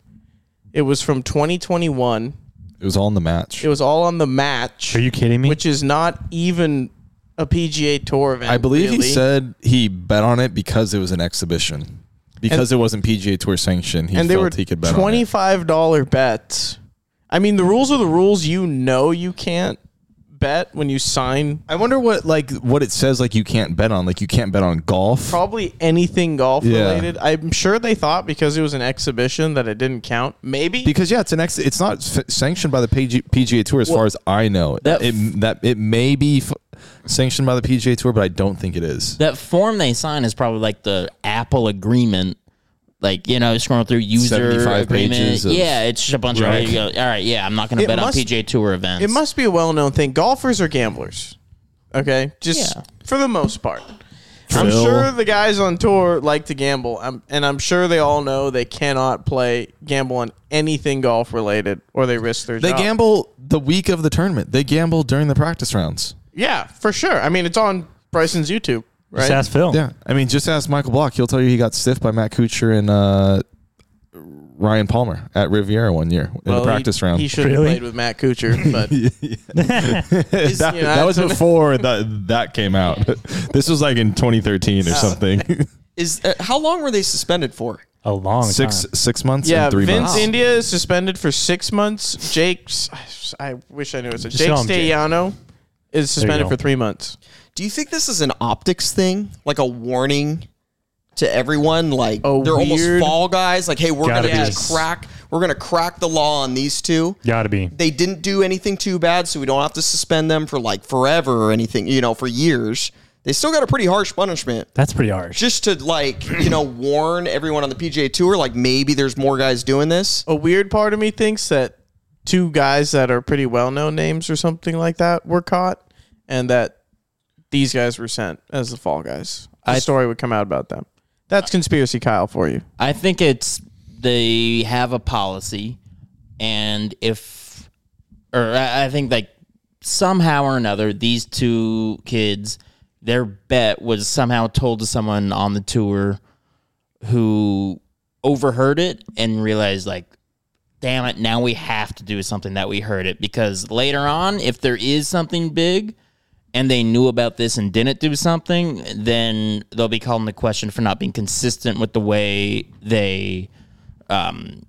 A: It was from 2021.
E: It was all in the match.
A: It was all on the match,
D: Are you kidding me?
A: which is not even a PGA Tour event.
E: I believe he
A: really.
E: said he bet on it because it was an exhibition. Because it wasn't PGA Tour sanctioned, he
A: and they
E: felt
A: were
E: he could bet on it.
A: $25 bets. I mean, the rules are the rules. You know you can't bet when you sign
E: I wonder what like what it says like you can't bet on like you can't bet on golf.
A: probably anything golf
E: Yeah.
A: related. I'm sure they thought because it was an exhibition that it didn't count. Maybe
E: because yeah, it's an ex. It's not f- sanctioned by the PG- PGA Tour as far as I know.
C: that
E: That it, that it may be f- sanctioned by the PGA Tour, but I don't think it is.
C: That form they sign is probably like the Apple agreement. Like, you know, scrolling through user
E: 75
C: agreement.
E: pages of-
C: yeah, it's just a bunch of, you go, all right, yeah, I'm not going
A: It
C: to bet
A: must-
C: on PJ Tour events.
A: it must be a well known thing. Golfers are gamblers. Okay, just
C: Yeah.
A: for the most part. I'm sure the guys on tour like to gamble, i and I'm sure they all know they cannot play gamble on anything golf related, or they risk their
E: They
A: job.
E: gamble the week of the tournament. They gamble during the practice rounds.
A: Yeah, for sure. I mean, it's on Bryson's YouTube, right?
D: Just ask Phil.
E: Yeah, I mean, just ask Michael Block. He'll tell you he got stiffed by Matt Kuchar and uh, Ryan Palmer at Riviera one year in
A: Well,
E: the practice
A: he,
E: round.
A: He should have
D: Really?
A: played with Matt Kuchar, but
E: that,
A: you know,
E: that was
A: that's-
E: before that that came out. this was like in
A: Uh,
E: 2013 or something.
B: Is uh, how long were they suspended for?
D: A long
E: six
D: time.
E: six months
A: Yeah,
E: and three
A: Vince
E: months.
A: India is suspended for six months. Jake's, I wish I knew it's a
D: Just
A: Jake
D: tell him, Jake.
A: Stayano is suspended
D: go.
A: for three months.
B: Do you think this is an optics thing, like a warning to everyone? Like
A: A
B: they're
A: weird-
B: almost fall guys. Like, hey, we're
D: Gotta
B: gonna
D: be.
B: just crack. We're gonna crack the law on these two.
D: Gotta be.
B: They didn't do anything too bad, so we don't have to suspend them for like forever or anything. You know, for years. They still got a pretty harsh punishment.
D: That's pretty harsh.
B: Just to like, you know, warn everyone on the PGA Tour, like maybe there's more guys doing this.
A: A weird part of me thinks that two guys that are pretty well known names or something like that were caught, and that these guys were sent as the fall guys. A story would come out about them. That's conspiracy, Kyle, for you.
C: I think it's they have a policy, and if, or I I think like somehow or another, these two kids, their bet was somehow told to someone on the tour who overheard it and realized, like, damn it, now we have to do something that we heard it because later on, if there is something big, and they knew about this and didn't do something, then they'll be called into question for not being consistent with the way they um,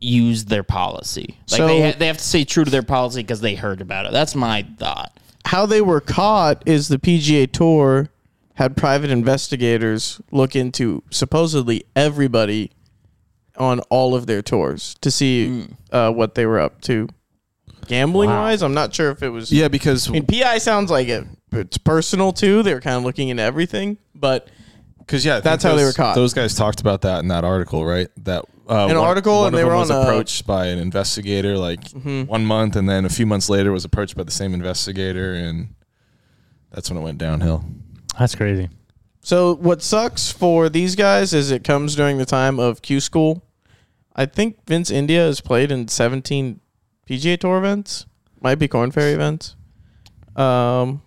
C: use their policy. Like
A: So-
C: they, ha- they have to stay true to their policy because they heard about it. That's my thought.
A: How they were caught is the PGA Tour had private investigators look into supposedly everybody on all of their tours to see uh, what they were up to. Gambling wise, I'm not sure if it was.
E: Yeah, because
A: I mean, PI sounds like it, it's personal too. They were kind of looking into everything, but
E: Because yeah, I think
A: That's how they
E: those-
A: were caught.
E: Those guys talked about that in that article, right? That uh,
A: An article,
E: one
A: and
E: of
A: they
E: them
A: were
E: was
A: on a- Mm-hmm.
E: approached by an investigator, like one month, and then a few months later was approached by the same investigator, and that's when it went downhill.
D: That's crazy.
A: So what sucks for these guys is it comes during the time of Q school. I think Vince India has played in 17 PGA Tour events, might be Corn Ferry events. Um,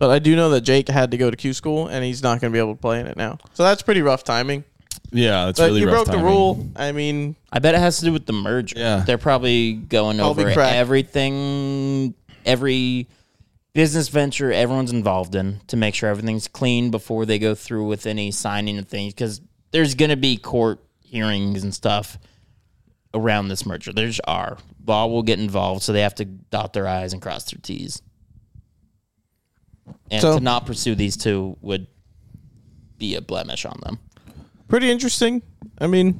A: but I do know that Jake had to go to Q school and he's not going to be able to play in it now. So that's pretty rough timing.
E: Yeah, that's
A: But
E: really
A: you
E: rough
A: broke
E: timing.
A: the rule. I mean,
C: I bet it has to do with the merger.
E: Yeah.
C: They're probably going
A: I'll be
C: over
A: correct.
C: everything, every business venture everyone's involved in to make sure everything's clean before they go through with any signing of things because there's going to be court hearings and stuff around this merger. There's are. Law will get involved, so they have to dot their I's and cross their T's. And
A: So-
C: to not pursue these two would be a blemish on them.
A: pretty interesting. I mean,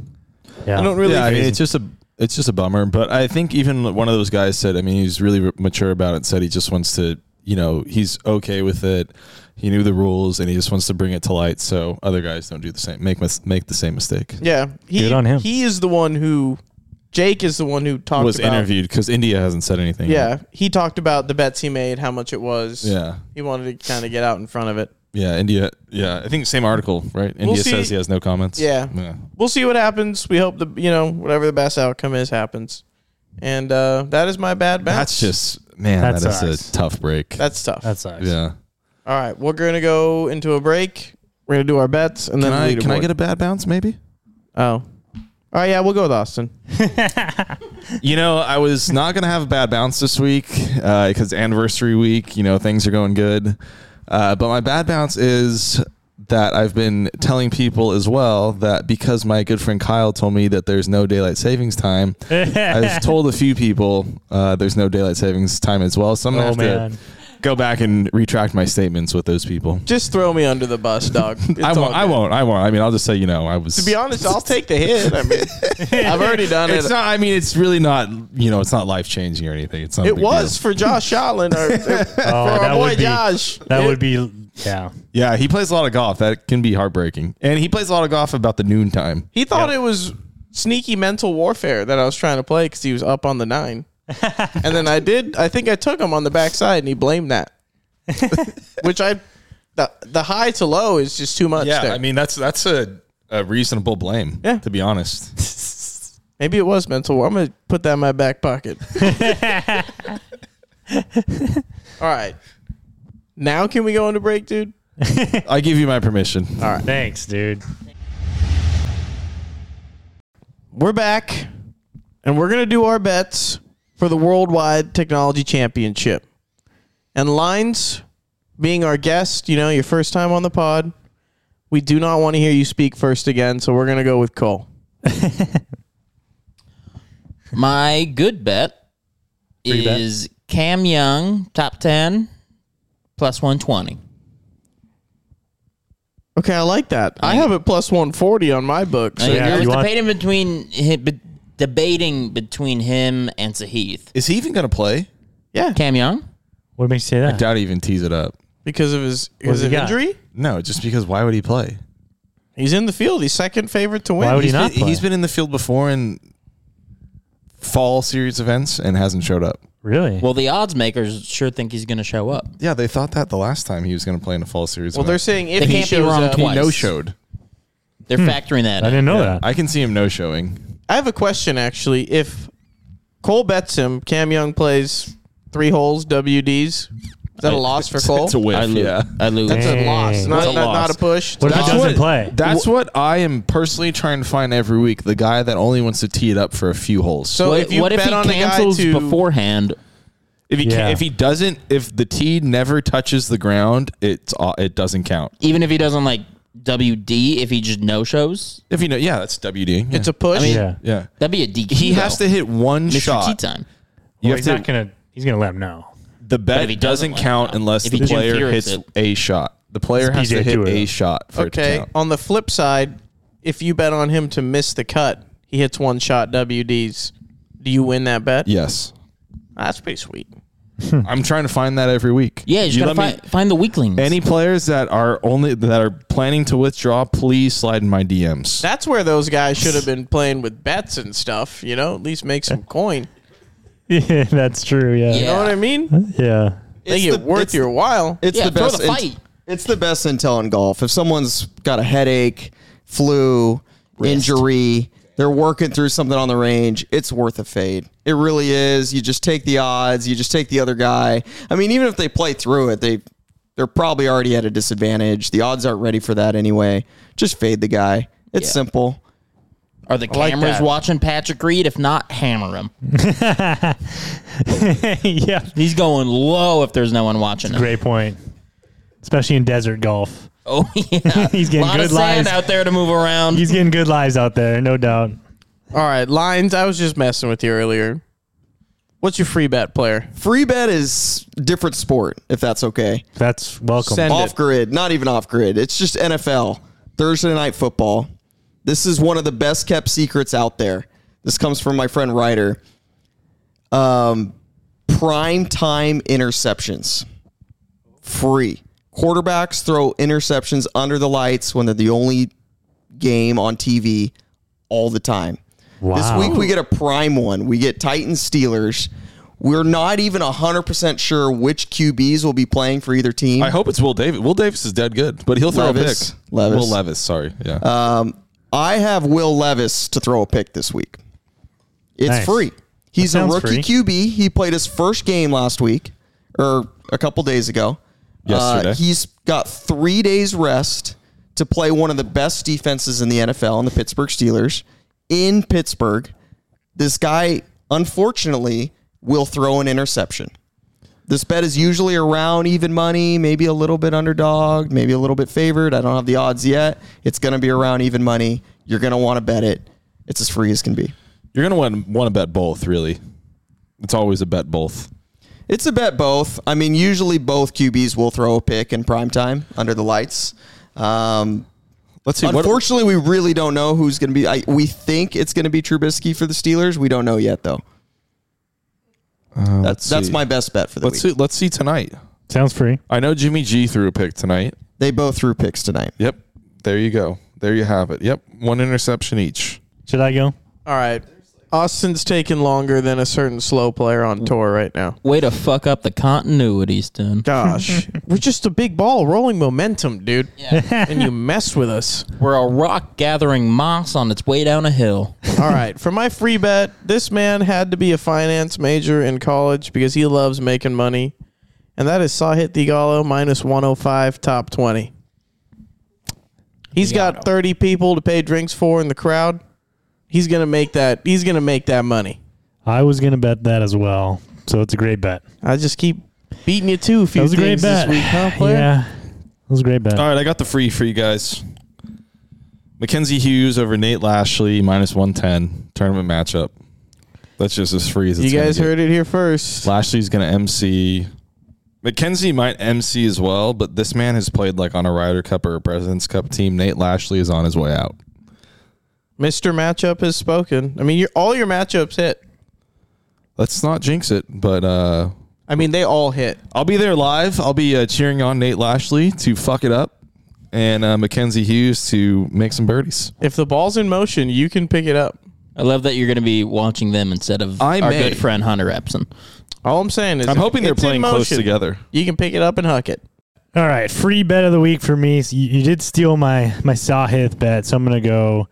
D: Yeah.
A: I don't really.
E: yeah, I mean, it's just a it's just a bummer. But I think even one of those guys said, I mean, he's really mature about it. Said he just wants to, you know, he's okay with it. He knew the rules, and he just wants to bring it to light so other guys don't do the same, make mis- make the same mistake.
A: yeah, he,
D: Good on him.
A: He is the one who. Jake is the one who talked
E: was
A: about.
E: interviewed because India hasn't said anything. yet.
A: Yeah, he talked about the bets he made, how much it was.
E: yeah,
A: he wanted to kind of get out in front of it.
E: yeah. India, yeah. I think same article, right? India
A: see.
E: says he has no comments.
A: Yeah. We'll see what happens. We hope the you know whatever the best outcome is happens. And uh, that is my bad bounce.
E: that's just man.
D: That
E: That is
D: sucks.
E: a tough break.
A: that's tough.
D: that sucks.
E: yeah.
A: All right, we're gonna go into a break. We're gonna do our bets, and
E: Can
A: then
E: I
A: the
E: can I
A: leaderboard.
E: get a bad bounce maybe?
A: Oh, all right. Yeah, we'll go with Austin.
E: You know, I was not gonna have a bad bounce this week because anniversary week. You know, things are going good. Uh, but my bad bounce is that I've been telling people as well that because my good friend Kyle told me that there's no daylight savings time, I've told a few people uh, there's no daylight savings time as well. So I'm gonna
D: Oh
E: have
D: man.
E: to go back and retract my statements with those people.
A: Just throw me under the bus, dog. It's
E: I
A: all
E: won't. I
A: good.
E: won't. I won't. I mean, I'll just say you know I was.
A: To be honest, I'll take the hit. I mean, I've already done
E: it's
A: it.
E: not. I mean, it's really not. You know, it's not life changing or anything. It's not. a
A: it
E: big deal.
A: was for Josh Shotland, our, for
D: Oh,
A: our
D: that
A: boy
D: would be.
A: Josh.
D: That
A: It-
D: would be. Yeah.
E: Yeah, he plays a lot of golf. That can be heartbreaking. And he plays a lot of golf about the noon time.
A: He thought it was sneaky mental warfare that I was trying to play because he was up on the nine. and then I did, I think I took him on the backside and he blamed that. Which I, the, the high to low is just too much there.
E: mean that's that's a, a reasonable blame.
A: Yeah.
E: to be honest.
A: Maybe it was mental war. I'm going to put that in my back pocket. All right. Now can we go into break, dude?
E: I give you my permission.
D: Thanks, dude.
A: We're back and we're going to do our bets for the Worldwide Technology Championship. And Lines, being our guest, you know, your first time on the pod, we do not want to hear you speak first again, so we're going to go with Cole.
C: My good bet
D: bet.
C: is Cam Young, top 10, plus 120.
A: Okay, I like that. I have it plus 140 on my book. So
C: Like,
D: yeah,
C: I was
D: you want-
C: debating between him, be- debating between him and Sahith.
E: Is he even gonna play?
A: yeah,
C: Cam Young?
D: What makes you say that?
E: Doubt he even tees it up.
A: because of his,
D: does
A: his
D: he got?
A: injury,
E: No, just because why would he play?
A: he's in the field. He's second favorite to win.
D: Why would he
A: He's-
D: not
E: Oh, He-
D: play?
E: He's been in the field before in fall series events and hasn't showed up.
D: Really?
C: Well, the odds makers sure think he's going to show up.
E: Yeah, they thought that the last time he was gonna play in a fall series.
A: Well, they're
E: event.
A: saying if
C: They
A: he
C: can't be
A: shows
C: wrong
A: up,
C: twice.
E: no showed.
C: They're factoring that
D: I
C: in.
D: didn't know that.
E: I can see him no showing.
A: I have a question actually. If Cole bets him, Cam Young plays three holes, WDs. Is that a loss for Cole?
E: It's a whiff.
C: I lose.
E: yeah.
C: I lose.
A: That's a loss.
D: Dang.
A: Not,
E: That's a
A: not, not
E: loss.
A: a push.
D: what if he
E: That's
D: doesn't
E: what-
D: play?
E: That's what I am personally trying to find every week. The guy that only wants to tee it up for a few holes. So
A: So
C: what
A: if you
C: what if
A: bet
C: he
A: on a guy
C: cancels
A: to
C: beforehand?
E: if he
D: Yeah.
E: can, if he doesn't, if the tee never touches the ground, it's au- it doesn't count.
C: Even if he doesn't like WD, if he just no shows,
E: If you know, yeah, that's WD. Yeah.
A: it's a push.
D: yeah.
E: yeah.
C: that'd be a DQ.
E: He has to hit one
C: Mr. Tea
E: shot.
C: time.
D: Well,
E: You have
D: he's
E: to,
D: not gonna. He's gonna let him know.
E: the
C: if he doesn't
E: bet doesn't
C: let
E: count
C: him out.
E: unless
C: If
E: the
C: he just
E: player
C: infuriates
E: hits
C: it.
E: a shot. The player has
D: PJ
E: to
D: Tour,
E: hit
D: though.
E: a shot for it to
A: Okay.
E: count.
A: On the flip side, if you bet on him to miss the cut, he hits one shot WDs. Do you win that bet?
E: Yes,
A: That's pretty sweet.
E: I'm trying to find that every week.
C: Yeah, you, just gotta
E: let me-
C: find, find the weaklings.
E: Any players that are only that are planning to withdraw, please slide in my DMs.
A: That's where those guys should have been playing with bets and stuff, you know, at least make some coin.
D: Yeah, that's true. Yeah.
A: You
C: Yeah.
A: know what I mean?
D: Yeah.
A: Make
B: It's
A: it
B: the-
A: worth
B: it's-
A: your while.
B: It's
C: Yeah,
B: the
C: throw
B: best.
C: the
B: in-
C: fight.
B: it's the best intel in golf. If someone's got a headache, flu, injury, they're working through something on the range, it's worth a fade. It really is. You just take the odds. You just take the other guy. I mean, even if they play through it, they they're probably already at a disadvantage. The odds aren't ready for that anyway. Just fade the guy. It's
C: Yeah.
B: simple.
C: Are the
D: like
C: cameras
D: that.
C: watching Patrick Reed? If not, hammer him.
D: yeah.
C: He's going low if there's no one watching him.
D: Great point. Especially in desert golf.
C: Oh yeah,
D: He's getting
C: a lot
D: good
C: of sand
D: lies.
C: out there to move around.
D: He's getting good lies out there, no doubt.
A: All right, lines. I was just messing with you earlier. What's your free bet player?
B: Free bet is different sport, if that's okay.
D: That's welcome.
A: Send
B: off grid, not even off grid. It's just NFL. Thursday night football. This is one of the best kept secrets out there. This comes from my friend Ryder. Um, prime time interceptions. Free. Quarterbacks throw interceptions under the lights when they're the only game on TV all the time. This
D: Wow.
B: week we get a prime one. We get Titans Steelers. We're not even 100% sure which QBs will be playing for either team.
E: I hope it's Will Davis. Will Davis is dead good, but he'll throw
B: Levis.
E: a pick.
B: Levis.
E: Will Levis, sorry. Yeah.
B: I have Will Levis to throw a pick this week. It's
D: Nice.
B: free. He's
D: That
B: a
D: sounds
B: rookie
D: free.
B: QB. He played his first game last week or a couple days ago. Uh,
E: Yesterday.
B: he's got three days rest to play one of the best defenses in the NFL in the Pittsburgh Steelers in Pittsburgh. This guy, unfortunately, will throw an interception. This bet is usually around even money, maybe a little bit underdog, maybe a little bit favored. I don't have the odds yet. It's going to be around even money. You're going to want to bet it. It's as free as can be.
E: You're gonna want want to bet both, really. It's always a bet both.
B: It's a bet both. I mean, usually both QBs will throw a pick in prime time under the lights. Um,
E: Let's see. What,
B: unfortunately, we really don't know who's going to be. I, we think it's going to be Trubisky for the Steelers. We don't know yet, though. that's that's
E: Uh, see.
B: my best bet for the
E: let's
B: week.
E: see. Let's see tonight.
D: Sounds free.
E: I know Jimmy G threw a pick tonight.
B: They both threw picks tonight.
E: Yep. There you go. There you have it. Yep. One interception each.
D: Should I go?
A: All right. Austin's taking longer than a certain slow player on tour right now.
C: Way to fuck up the continuity, Stan.
A: Gosh, we're just a big ball rolling momentum, dude. and you mess with us.
C: We're a rock gathering moss on its way down a hill.
A: All right. For my free bet, this man had to be a finance major in college because he loves making money. And that is Sahit Digallo minus 105 top 20. He's got 30 people to pay drinks for in the crowd. He's going to make that he's going to make that money.
D: I was gonna bet that as well. So it's a great bet.
A: I just keep beating you too a few
D: That was a great
A: things
D: bet.
A: this week, huh, player?
D: Yeah. That was a great bet.
E: All right, I got the free for you guys. Mackenzie Hughes over Nate Lashley minus one ten tournament matchup. That's just as free as it's
A: You
E: gonna
A: guys
E: get.
A: heard it here first.
E: Lashley's going to MC. Mackenzie might MC as well, but this man has played like on a Ryder Cup or a President's Cup team. Nate Lashley is on his way out.
A: Mr. Matchup has spoken. I mean, you all your matchups hit.
E: Let's not jinx it, but uh,
A: I mean, they all hit.
E: I'll be there live. I'll be uh, cheering on Nate Lashley to fuck it up and uh, Mackenzie Hughes to make some birdies.
A: If the ball's in motion, you can pick it up.
C: I love that you're going to be watching them instead of
E: I
C: our
E: may.
C: good friend Hunter Epson.
A: All I'm saying is,
E: I'm
A: if
E: hoping they're
A: it's in
E: playing close
A: motion,
E: together.
A: You can pick it up and huck it.
D: All right, free bet of the week for me. So you, you did steal my my Sahith bet, so I'm gonna go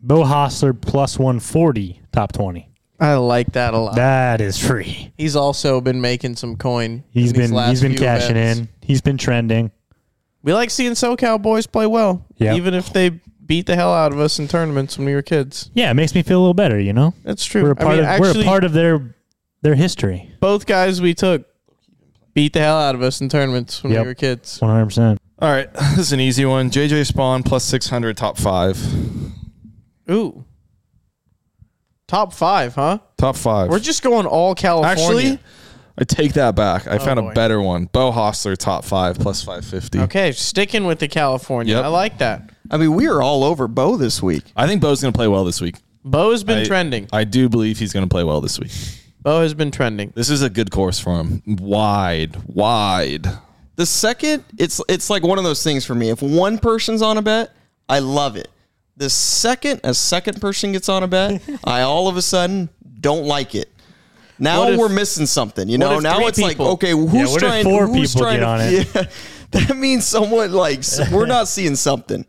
D: Bo Hostler plus 140 top 20.
A: I like that a lot.
D: That is free.
A: he's also been making some coin.
D: He's
A: in these
D: been
A: last
D: he's been
A: few
D: cashing
A: events.
D: in. He's been trending.
A: We like seeing SoCal boys play well,
D: Yeah.
A: even if they beat the hell out of us in tournaments when we were kids.
D: Yeah, it makes me feel a little better, you know.
A: That's true.
D: We're a part
A: I mean,
D: of
A: actually,
D: we're a part of their their history.
A: both guys we took beat the hell out of us in tournaments when
D: Yep.
A: we were kids.
D: 100%.
E: All right, this is an easy one. JJ Spawn plus 600, top five.
A: Ooh, top five, huh?
E: Top five.
A: We're just going all California. Oh,
E: Actually, I take that back. I found
A: boy.
E: a better one. Bo Hostler top five plus five fifty.
A: Okay, sticking with the California.
E: Yep.
A: I like that.
B: I mean, we are all over Bo this week.
E: I think Bo's gonna play well this week.
A: Bo has been
E: I-
A: trending.
E: I do believe he's gonna play well this week.
A: Bo has been trending.
E: This is a good course for him. Wide, wide.
B: The second, it's it's like one of those things for me. If one person's on a bet, I love it. The second a second person gets on a bet, I all of a sudden don't like it. Now
A: What if-
B: we're missing something, you
A: what
B: know.
A: if
B: Now
A: three
B: it's
A: people-
B: like, okay, who's
D: what if
B: trying?
D: four
B: who's
D: people
B: trying
D: get
B: to,
D: on it?
B: Yeah, that means someone like we're not seeing something.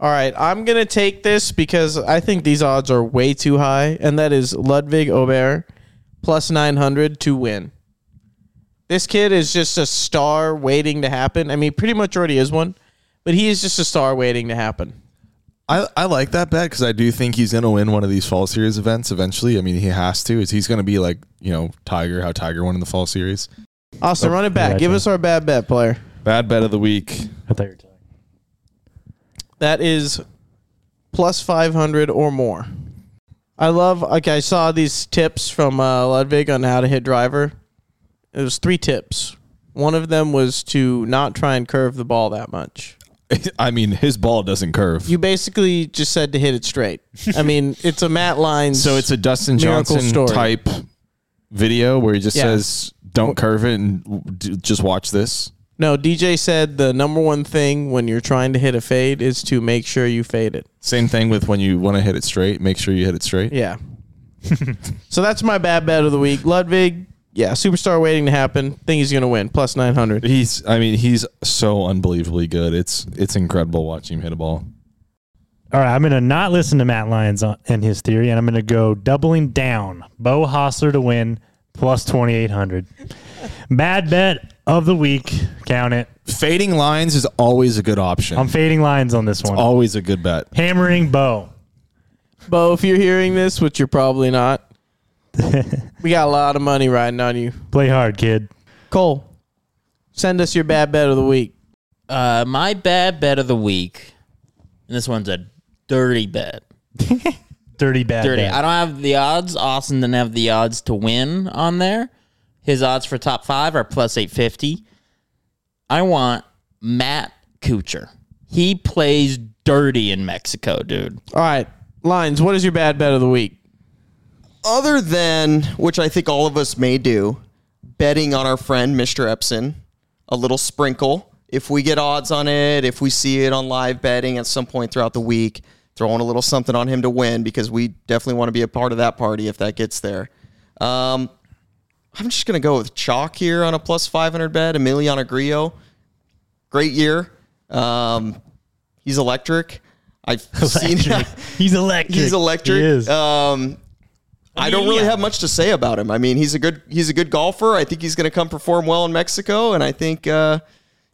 A: All right, I'm gonna take this because I think these odds are way too high, and that is Ludwig Ober plus 900 to win. This kid is just a star waiting to happen. I mean, pretty much already is one, but he is just a star waiting to happen.
F: I, I like that bet because I do think he's going to win one of these fall series events eventually. I mean, he has to. Is he's going to be like you know Tiger, how Tiger won in the fall series?
A: Austin, run it back. Give us our bad bet player.
E: Bad bet of the week.
D: I thought you were talking.
A: That is plus 500 or more. I love, like, I saw these tips from uh, Ludwig on how to hit driver. It was three tips. One of them was to not try and curve the ball that much.
F: I mean, his ball doesn't curve.
A: You basically just said to hit it straight. I mean, it's a Matt Lines.
F: so it's a Dustin
A: Miracle
F: Johnson
A: story.
F: type video where he just
A: Yeah.
F: says, "Don't curve it and w- d- just watch this."
A: no. DJ said the number one thing when you're trying to hit a fade is to make sure you fade it.
F: Same thing with when you want to hit it straight. Make sure you hit it straight.
A: Yeah. so that's my bad bet of the week. Ludwig, yeah, superstar waiting to happen. Think he's going to win. Plus 900.
F: He's, I mean, he's so unbelievably good. It's it's incredible watching him hit a ball.
D: All right, I'm going to not listen to Matt Lyons on, and his theory, and I'm going to go doubling down. Bo Hostler to win plus 2,800. Bad bet of the week. Count it.
F: Fading lines is always a good option.
D: I'm fading lines on this one.
F: always a good bet.
D: Hammering Bo.
A: Bo, if you're hearing this, which you're probably not, we got a lot of money riding on you.
D: Play hard, kid.
A: Cole, send us your bad bet of the week.
C: Uh, my bad bet of the week, and this one's a dirty bet.
D: Dirty bad
C: Dirty.
D: bet.
C: I don't have the odds. Austin didn't have the odds to win on there. His odds for top five are plus 850. I want Matt Kuchar. He plays dirty in Mexico, dude.
A: All right, Lines, what is your bad bet of the week?
B: Other than, which I think all of us may do, betting on our friend Mr. Epson, a little sprinkle. If we get odds on it, if we see it on live betting at some point throughout the week, throwing a little something on him to win because we definitely want to be a part of that party if that gets there. Um, I'm just going to go with chalk here on a plus 500 bet. Emiliano Grillo, great year. Um, he's electric. I've seen
D: He's electric.
B: He's electric.
D: He is.
A: Uh,
B: Um, I don't really
C: yeah.
B: have much to say about him. I mean, he's a good he's a good golfer. I think he's going to come perform well in Mexico, and I think uh,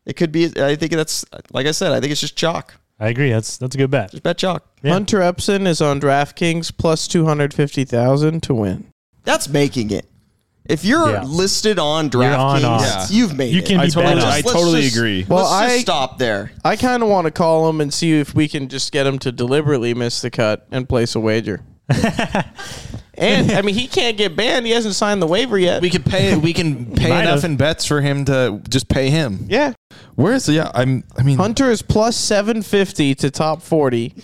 B: it could be. I think that's like I said. I think it's just chalk.
D: I agree. That's that's a good bet.
B: Just bet chalk.
D: Yeah.
A: Hunter Epson is on DraftKings plus 250,000 to win.
B: That's making it. If you're
D: Yeah.
B: listed on
D: on
B: DraftKings,
D: odds.
B: you've made
D: You
B: it.
D: can
E: I
D: be
E: totally,
D: bet on.
E: I
B: Let's
E: totally
B: just-
E: agree.
A: Well,
B: Let's
A: I-
B: just stop there.
A: I kind of want to call him and see if we can just get him to deliberately miss the cut and place a wager. and I mean, he can't get banned. He hasn't signed the waiver yet.
F: We could pay. We can pay
D: Might
F: enough
D: have.
F: in bets for him to just pay him.
A: yeah,
F: Where is the? Yeah, I'm. I mean,
A: Hunter is plus 750 to top 40.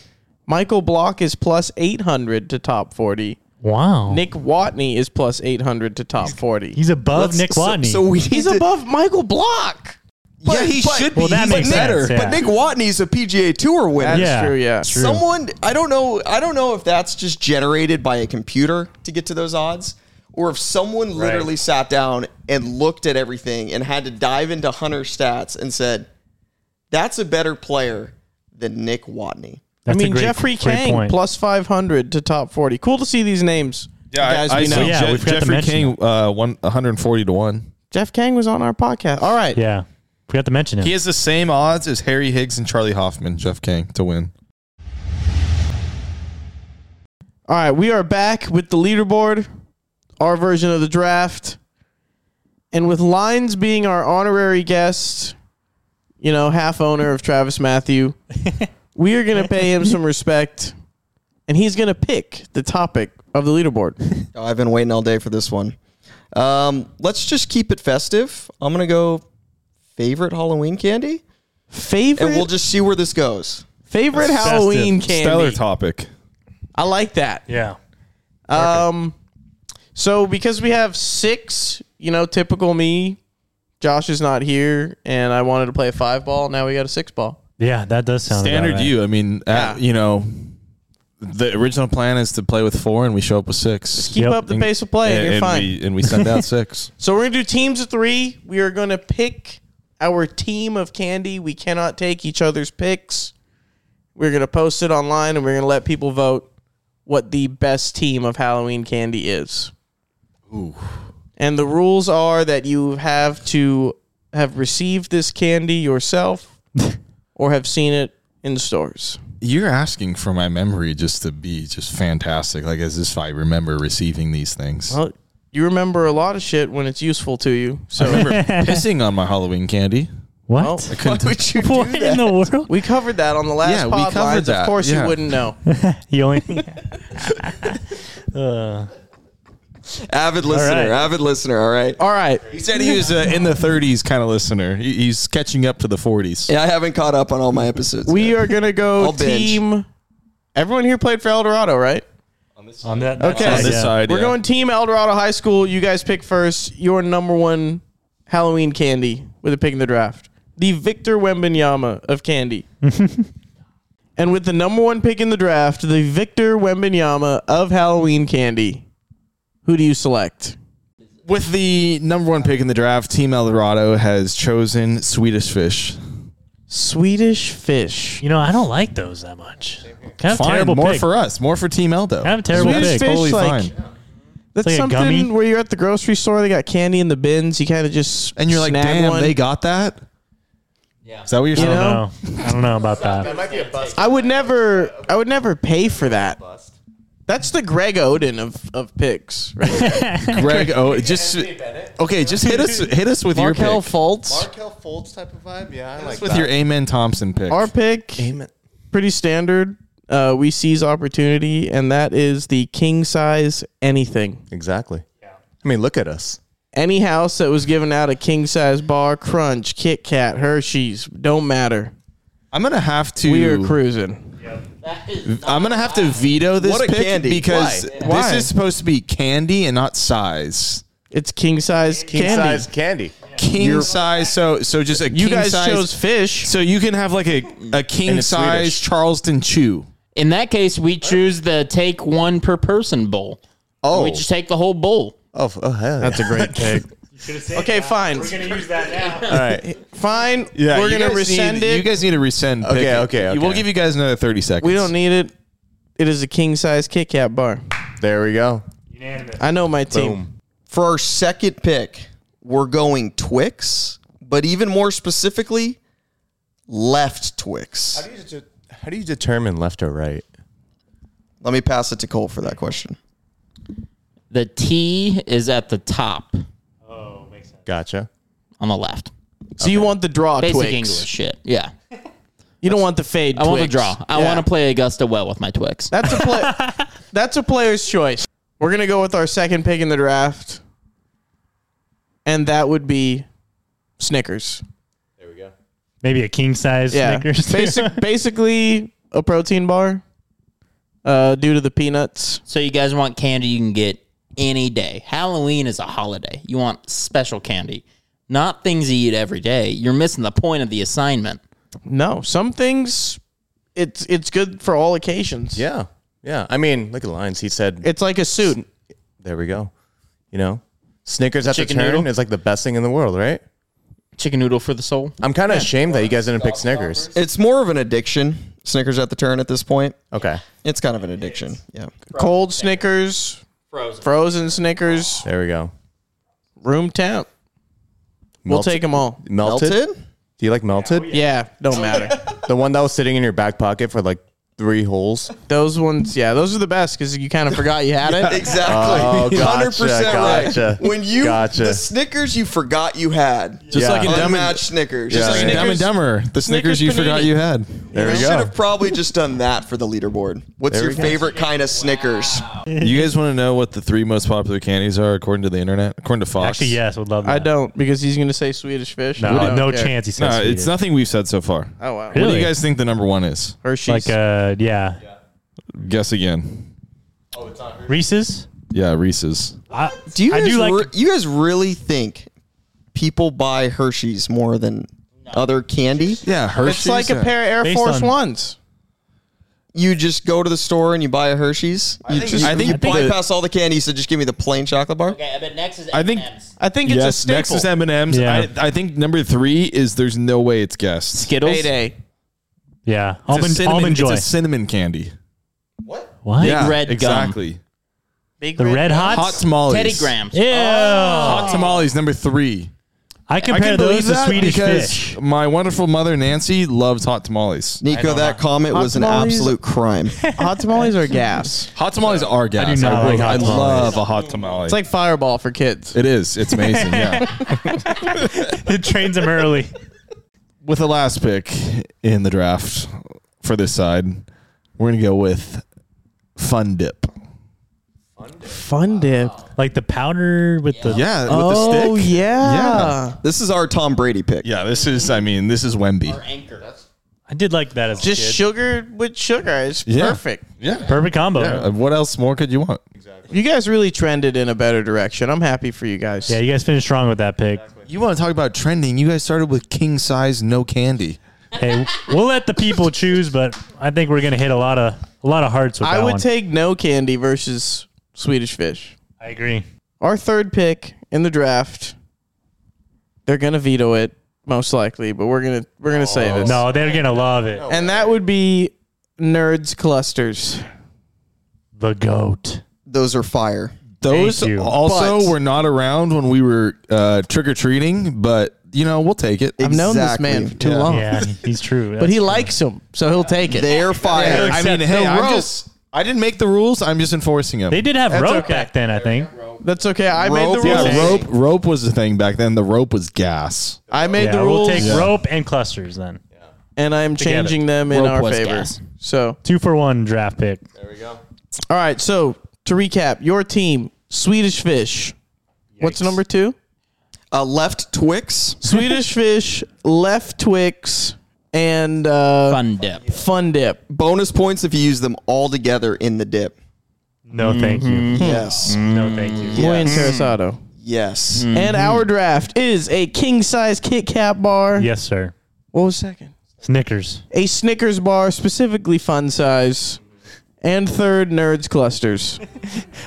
A: Michael Block is plus 800 to top 40.
D: Wow.
A: Nick Watney is plus 800 to top 40.
D: He's above
B: Let's-
D: Nick
B: so-
D: Watney.
B: So, we need
A: He's
B: to-
A: above Michael Block.
B: but-
F: yeah, he
B: but-
F: should be.
D: Well, that
F: He's
D: makes
F: like
D: sense,
F: better.
D: yeah.
F: But
B: But Nick Watney's a PGA Tour winner.
A: That's
D: Yeah,
A: true, yeah.
D: true.
B: Someone I don't know I don't know if that's just generated by a computer to get to those odds or if someone literally sat down and looked at everything and had to dive into Hunter stats and said that's a better player than Nick Watney.
D: That's
A: I
D: a
A: mean,
D: great-
A: Jeffrey
D: great
A: Kang,
D: point.
A: plus 500 to top 40. Cool to see these names.
E: Yeah,
A: guys
E: I, I
A: we know.
E: see
D: Yeah,
E: Je-
D: we forgot to
E: Jeffrey
D: mention
E: King.
F: King, uh, one hundred forty to one.
A: Jeff Kang was on our podcast. All right.
D: Yeah. Forgot to mention him.
F: He has the same odds as Harry Higgs and Charlie Hoffman, Jeff King, to win.
A: All right, we are back with the leaderboard, our version of the draft. And with Lines being our honorary guest, you know, half owner of Travis Matthew, we are going to pay him some respect. And he's going to pick the topic of the leaderboard.
B: Oh, I've been waiting all day for this one. Um, let's just keep it festive. I'm going to go favorite Halloween candy
A: Favorite,
B: and we'll just see where this goes.
A: favorite Halloween candy.
F: Stellar topic.
A: I like that.
D: yeah.
A: Um, so because we have six, you know, typical me, Josh is not here, and I wanted to play a five ball. Now we got a six ball.
D: Yeah, that does sound about
F: Standard
D: right.
F: you. I mean,
A: Yeah.
F: uh, you know, the original plan is to play with four, and we show up with six.
A: Keep
D: Yep.
A: up the pace of play, and,
F: and,
A: Oh, you're
F: and
A: fine.
F: We, and we send out six.
A: so we're gonna do teams of three. We are gonna pick our team of candy. We cannot take each other's picks. We're gonna post it online, and we're gonna let people vote what the best team of Halloween candy is. And the rules are that you have to have received this candy yourself or have seen it in stores.
E: you're asking for my memory just to be just fantastic. Like as if I remember receiving these things.
A: Well, you remember a lot of shit when it's useful to you.
E: I
A: So
E: remember pissing on my Halloween candy.
A: well,
D: What?
E: Couldn't-
B: Would you
D: what in the world?
A: we covered that on the last
E: Yeah, we
A: pod
E: covered
A: lines. Of
E: that,
A: course
E: yeah.
A: you wouldn't know.
D: You only. uh,
B: avid listener,
D: right.
B: avid listener. All right.
A: All right.
E: He said he was a in the 30s kind of listener. He- He's catching up to the 40s.
B: Yeah, I haven't caught up on all my episodes.
A: We are gonna go
B: I'll binge.
A: team Everyone here played for El Dorado, right?
D: on that.
A: Okay.
E: On this
D: yeah.
E: side,
A: We're
E: yeah.
A: going team El Dorado High School. You guys pick first your number one Halloween candy with a pick in the draft. The Victor Wembanyama of candy. and with the number one pick in the draft, the Victor Wembanyama of Halloween candy. Who do you select?
E: With the number one pick in the draft, Team El Dorado has chosen Swedish Fish.
A: Swedish fish.
D: You know, I don't like those that much. Kind of
E: Fine,
D: terrible
E: more
D: pick.
E: for us, more for Team El though.
D: Kind of terrible
A: Swedish
D: pick.
A: fish,
E: Totally
A: like-
E: fine.
A: That's
D: like a
A: something
D: gummy?
A: where you're at the grocery store, they got candy in the bins. You kind of just
E: And you're like,
A: snag
E: damn,
A: one.
E: they got that.
C: Yeah.
E: Is that what you're saying?
A: know?
D: No, I don't know about that.
A: I would never. I would never pay for that. That's the Greg Oden of of picks. Right?
E: Greg, oh, just okay. Just hit us, hit us with your
A: Markel
E: pick.
A: Fultz.
G: Markel Fultz type of vibe. Yeah, I like
E: with
G: that.
E: your Amen Thompson pick.
A: Our pick, pretty standard. Uh, we seize opportunity, and that is the king size anything.
G: exactly. I mean, look at us.
A: Any house that was given out a king size bar, Crunch, Kit Kat, Hershey's, don't matter.
E: I'm gonna have to.
A: We are cruising.
E: I'm gonna have to veto this
B: What a
E: pick
B: candy.
E: because
B: Why?
E: this
A: Why?
E: is supposed to be candy and not size.
A: It's king size
G: King
A: candy.
G: size candy.
E: King size. So so just a
A: You
E: king
A: guys
E: size.
A: chose fish.
E: so you can have like a a king
G: it's
E: size
G: Swedish.
E: Charleston chew.
C: In that case, we choose the take one per person bowl.
G: Oh,
C: We just take the whole bowl.
G: oh, oh hell.
A: That's a great pick. Okay, fine,
D: gonna use that now.
G: all right.
A: fine.
E: Yeah,
A: we're
E: you
A: gonna
E: guys
A: rescind
E: need-
A: it.
E: You guys need to rescind. pick.
G: Okay, okay,
E: We'll
G: okay.
E: give you guys another thirty seconds.
A: we don't need it. It is a king size Kit Kat bar.
G: There we go.
A: I know my team.
G: Boom.
B: For our second pick, we're going Twix, but even more specifically, left Twix.
G: How do you, de- how do you determine left or right?
B: Let me pass it to Cole for that question.
C: The T is at the top
G: Gotcha.
C: on the left.
A: So you want the draw
C: Basic
A: Twix?
C: English shit. Yeah.
A: You don't want the fade.
C: I want to
A: Twix.
C: draw. I
A: Yeah.
C: want to play Augusta well with my Twix.
A: That's a play. that's a player's choice. We're gonna go with our second pick in the draft, and that would be Snickers.
D: Maybe a king size
A: Yeah,
D: Snickers.
A: basic, basically a protein bar. Uh, due to the peanuts,
C: So you guys want candy you can get any day. Halloween is a holiday. You want special candy, not things you eat every day. You're missing the point of the assignment.
A: no. Some things, it's it's good for all occasions.
G: Yeah. Yeah. I mean, look at the lines. He said,
A: it's like a suit.
G: there we go. You know, Snickers at
C: Chicken
G: the turn
C: noodle?
G: is like the best thing in the world, right?
C: Chicken noodle for the soul.
G: I'm kind of ashamed that you guys didn't pick Snickers.
B: It's more of an addiction. Snickers at the turn at this point.
G: Okay.
B: It's kind of an addiction. Yeah.
A: Cold Snickers, frozen, Snickers,
G: There we go.
A: room temp. We'll 'em
G: Melted-
A: take them all.
G: Melted?
B: Melted?
G: Do you like melted?
A: Yeah, don't matter.
G: The one that was sitting in your back pocket for like three holes.
A: Those ones, yeah, those are the best because you kind of forgot you had it.
B: Exactly.
G: Oh, gotcha,
B: 100%
G: gotcha,
B: right. When you
G: gotcha.
B: the Snickers you forgot you had. Just
G: like in
E: Dumb and-
B: unmatched Snickers.
E: Just like
B: You
E: Dumb and Dumber, the Snickers, you forgot you had.
G: There we
B: should
G: go.
B: have probably just done that for the leaderboard. What's
G: There
B: your
G: we go.
B: favorite kind of Snickers?
E: You guys want to know what the three most popular candies are according to the internet? According to Fox?
D: Actually, yes, would love that.
A: I don't because he's gonna say Swedish fish.
D: No,
A: I don't
D: no
A: care.
D: chance. He says
E: No, it's
D: Swedish.
E: nothing we've said so far.
A: Oh wow,
D: Really?
E: What do you guys think the number one is?
A: Hershey's.
D: like uh, yeah.
E: Guess again.
D: Reese's.
E: Yeah, Reese's.
D: I,
B: Do you
D: I
B: guys
D: do like
B: re- you guys really think people buy Hershey's more than other candy?
E: Yeah, Hershey's. uh,
A: it's like a pair of Air
D: Based
A: Force
D: on-
A: Ones.
B: You just go to the store and you buy a Hershey's. You just
E: I think
B: you
E: the-
B: bypass all the candy, so just give me the plain chocolate bar.
C: Okay, I bet next is
E: I think-
C: M&Ms.
A: I think it's a
E: Yes,
A: staple.
E: next is M and M's.
D: Yeah.
E: I I think number three is there's no way it's guessed.
C: Skittles.
A: Payday.
D: yeah
E: It's a
D: almond
E: cinnamon,
D: almond
E: it's
D: joy.
E: a cinnamon candy.
D: what?
E: yeah,
C: red gum.
E: exactly.
A: Big
D: The red hots. Oh.
E: Hot tamales.
C: Teddy Grahams.
D: Ew.
A: Oh.
E: Hot tamales number three.
D: I
E: I
D: compare
E: can
D: those
E: believe
D: to
E: that
D: Swedish
E: because
D: fish.
E: my wonderful mother Nancy loves hot tamales.
B: Nico, that comment was an
A: tamales?
B: absolute crime.
A: Hot tamales are gas.
E: Hot tamales are gas.
D: do not like
E: will-
D: hot
E: I
D: tamales.
E: love a hot tamale.
A: It's like Fireball for kids.
E: it is. It's amazing. Yeah.
D: it trains them early.
E: with the last pick in the draft for this side, we're gonna go with Fun Dip.
A: Fun dip.
D: Like the powder with the.
E: Yeah, with
A: Oh
E: the stick.
A: yeah.
B: this is our Tom Brady pick.
E: Yeah, this is. I mean, this is Wemby.
C: Anchor.
D: I did like that as a
A: Just
D: kid.
A: sugar with sugar. It's
E: Yeah.
A: perfect.
E: Yeah.
D: Perfect combo. Yeah.
E: Uh, What else more could you want?
A: You guys really trended in a better direction. I'm happy for you guys.
D: you guys finished strong with that pick.
E: You want to talk about trending? You guys started with king size, no candy.
D: Hey, we'll let the people choose, but I think we're gonna hit a lot of a lot of hearts with
A: I
D: that
A: would
D: one.
A: take no candy versus Swedish fish.
D: I agree.
A: Our third pick in the draft. They're gonna veto it most likely, but we're gonna we're gonna say this.
D: Oh, No, they're gonna love it.
A: And that would be nerds clusters.
D: The goat.
B: Those are fire.
E: Those
D: Thank you.
E: also
B: But-
E: were not around when we were uh, trick or treating, but you know we'll take it.
A: I've known this
B: Exactly.
A: man for too long,
D: Yeah, he's true.
A: but he likes them, so he'll take it.
B: They're fire.
E: I
D: accept
E: mean, hey,
D: the
E: I'm
D: rope.
E: just. I didn't make the rules. I'm just enforcing them.
D: they did have rope
A: okay.
D: back then, I think.
A: That's okay. I made
B: Rope,
A: the rules.
E: yeah, rope. Rope was the thing back then. The rope was gas.
A: I made
D: Yeah,
A: the rules,
D: we'll take rope and clusters then.
A: and I'm changing them in
C: Rope
A: our
C: was
A: favor.
C: gas.
A: So,
D: Two for one draft pick.
A: all right. So to recap, your team, Swedish Fish. What's number two?
B: Uh, left Twix.
A: Swedish Fish, Left Twix, and uh,
C: Fun dip.
A: Fun Dip.
B: Bonus points if you use them all together in the dip.
D: No, thank
A: Mm-hmm.
D: you.
B: Yes.
D: No, thank you.
A: Muy interesado.
B: Yes.
A: And our draft is a king size Kit Kat bar.
D: Yes, sir.
A: What was second?
D: Snickers.
A: A Snickers bar, specifically fun size. And third, Nerds Clusters.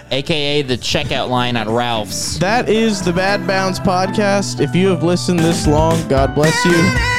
C: AKA the checkout line at Ralph's.
A: That is the Bad Bounds podcast. If you have listened this long, God bless you.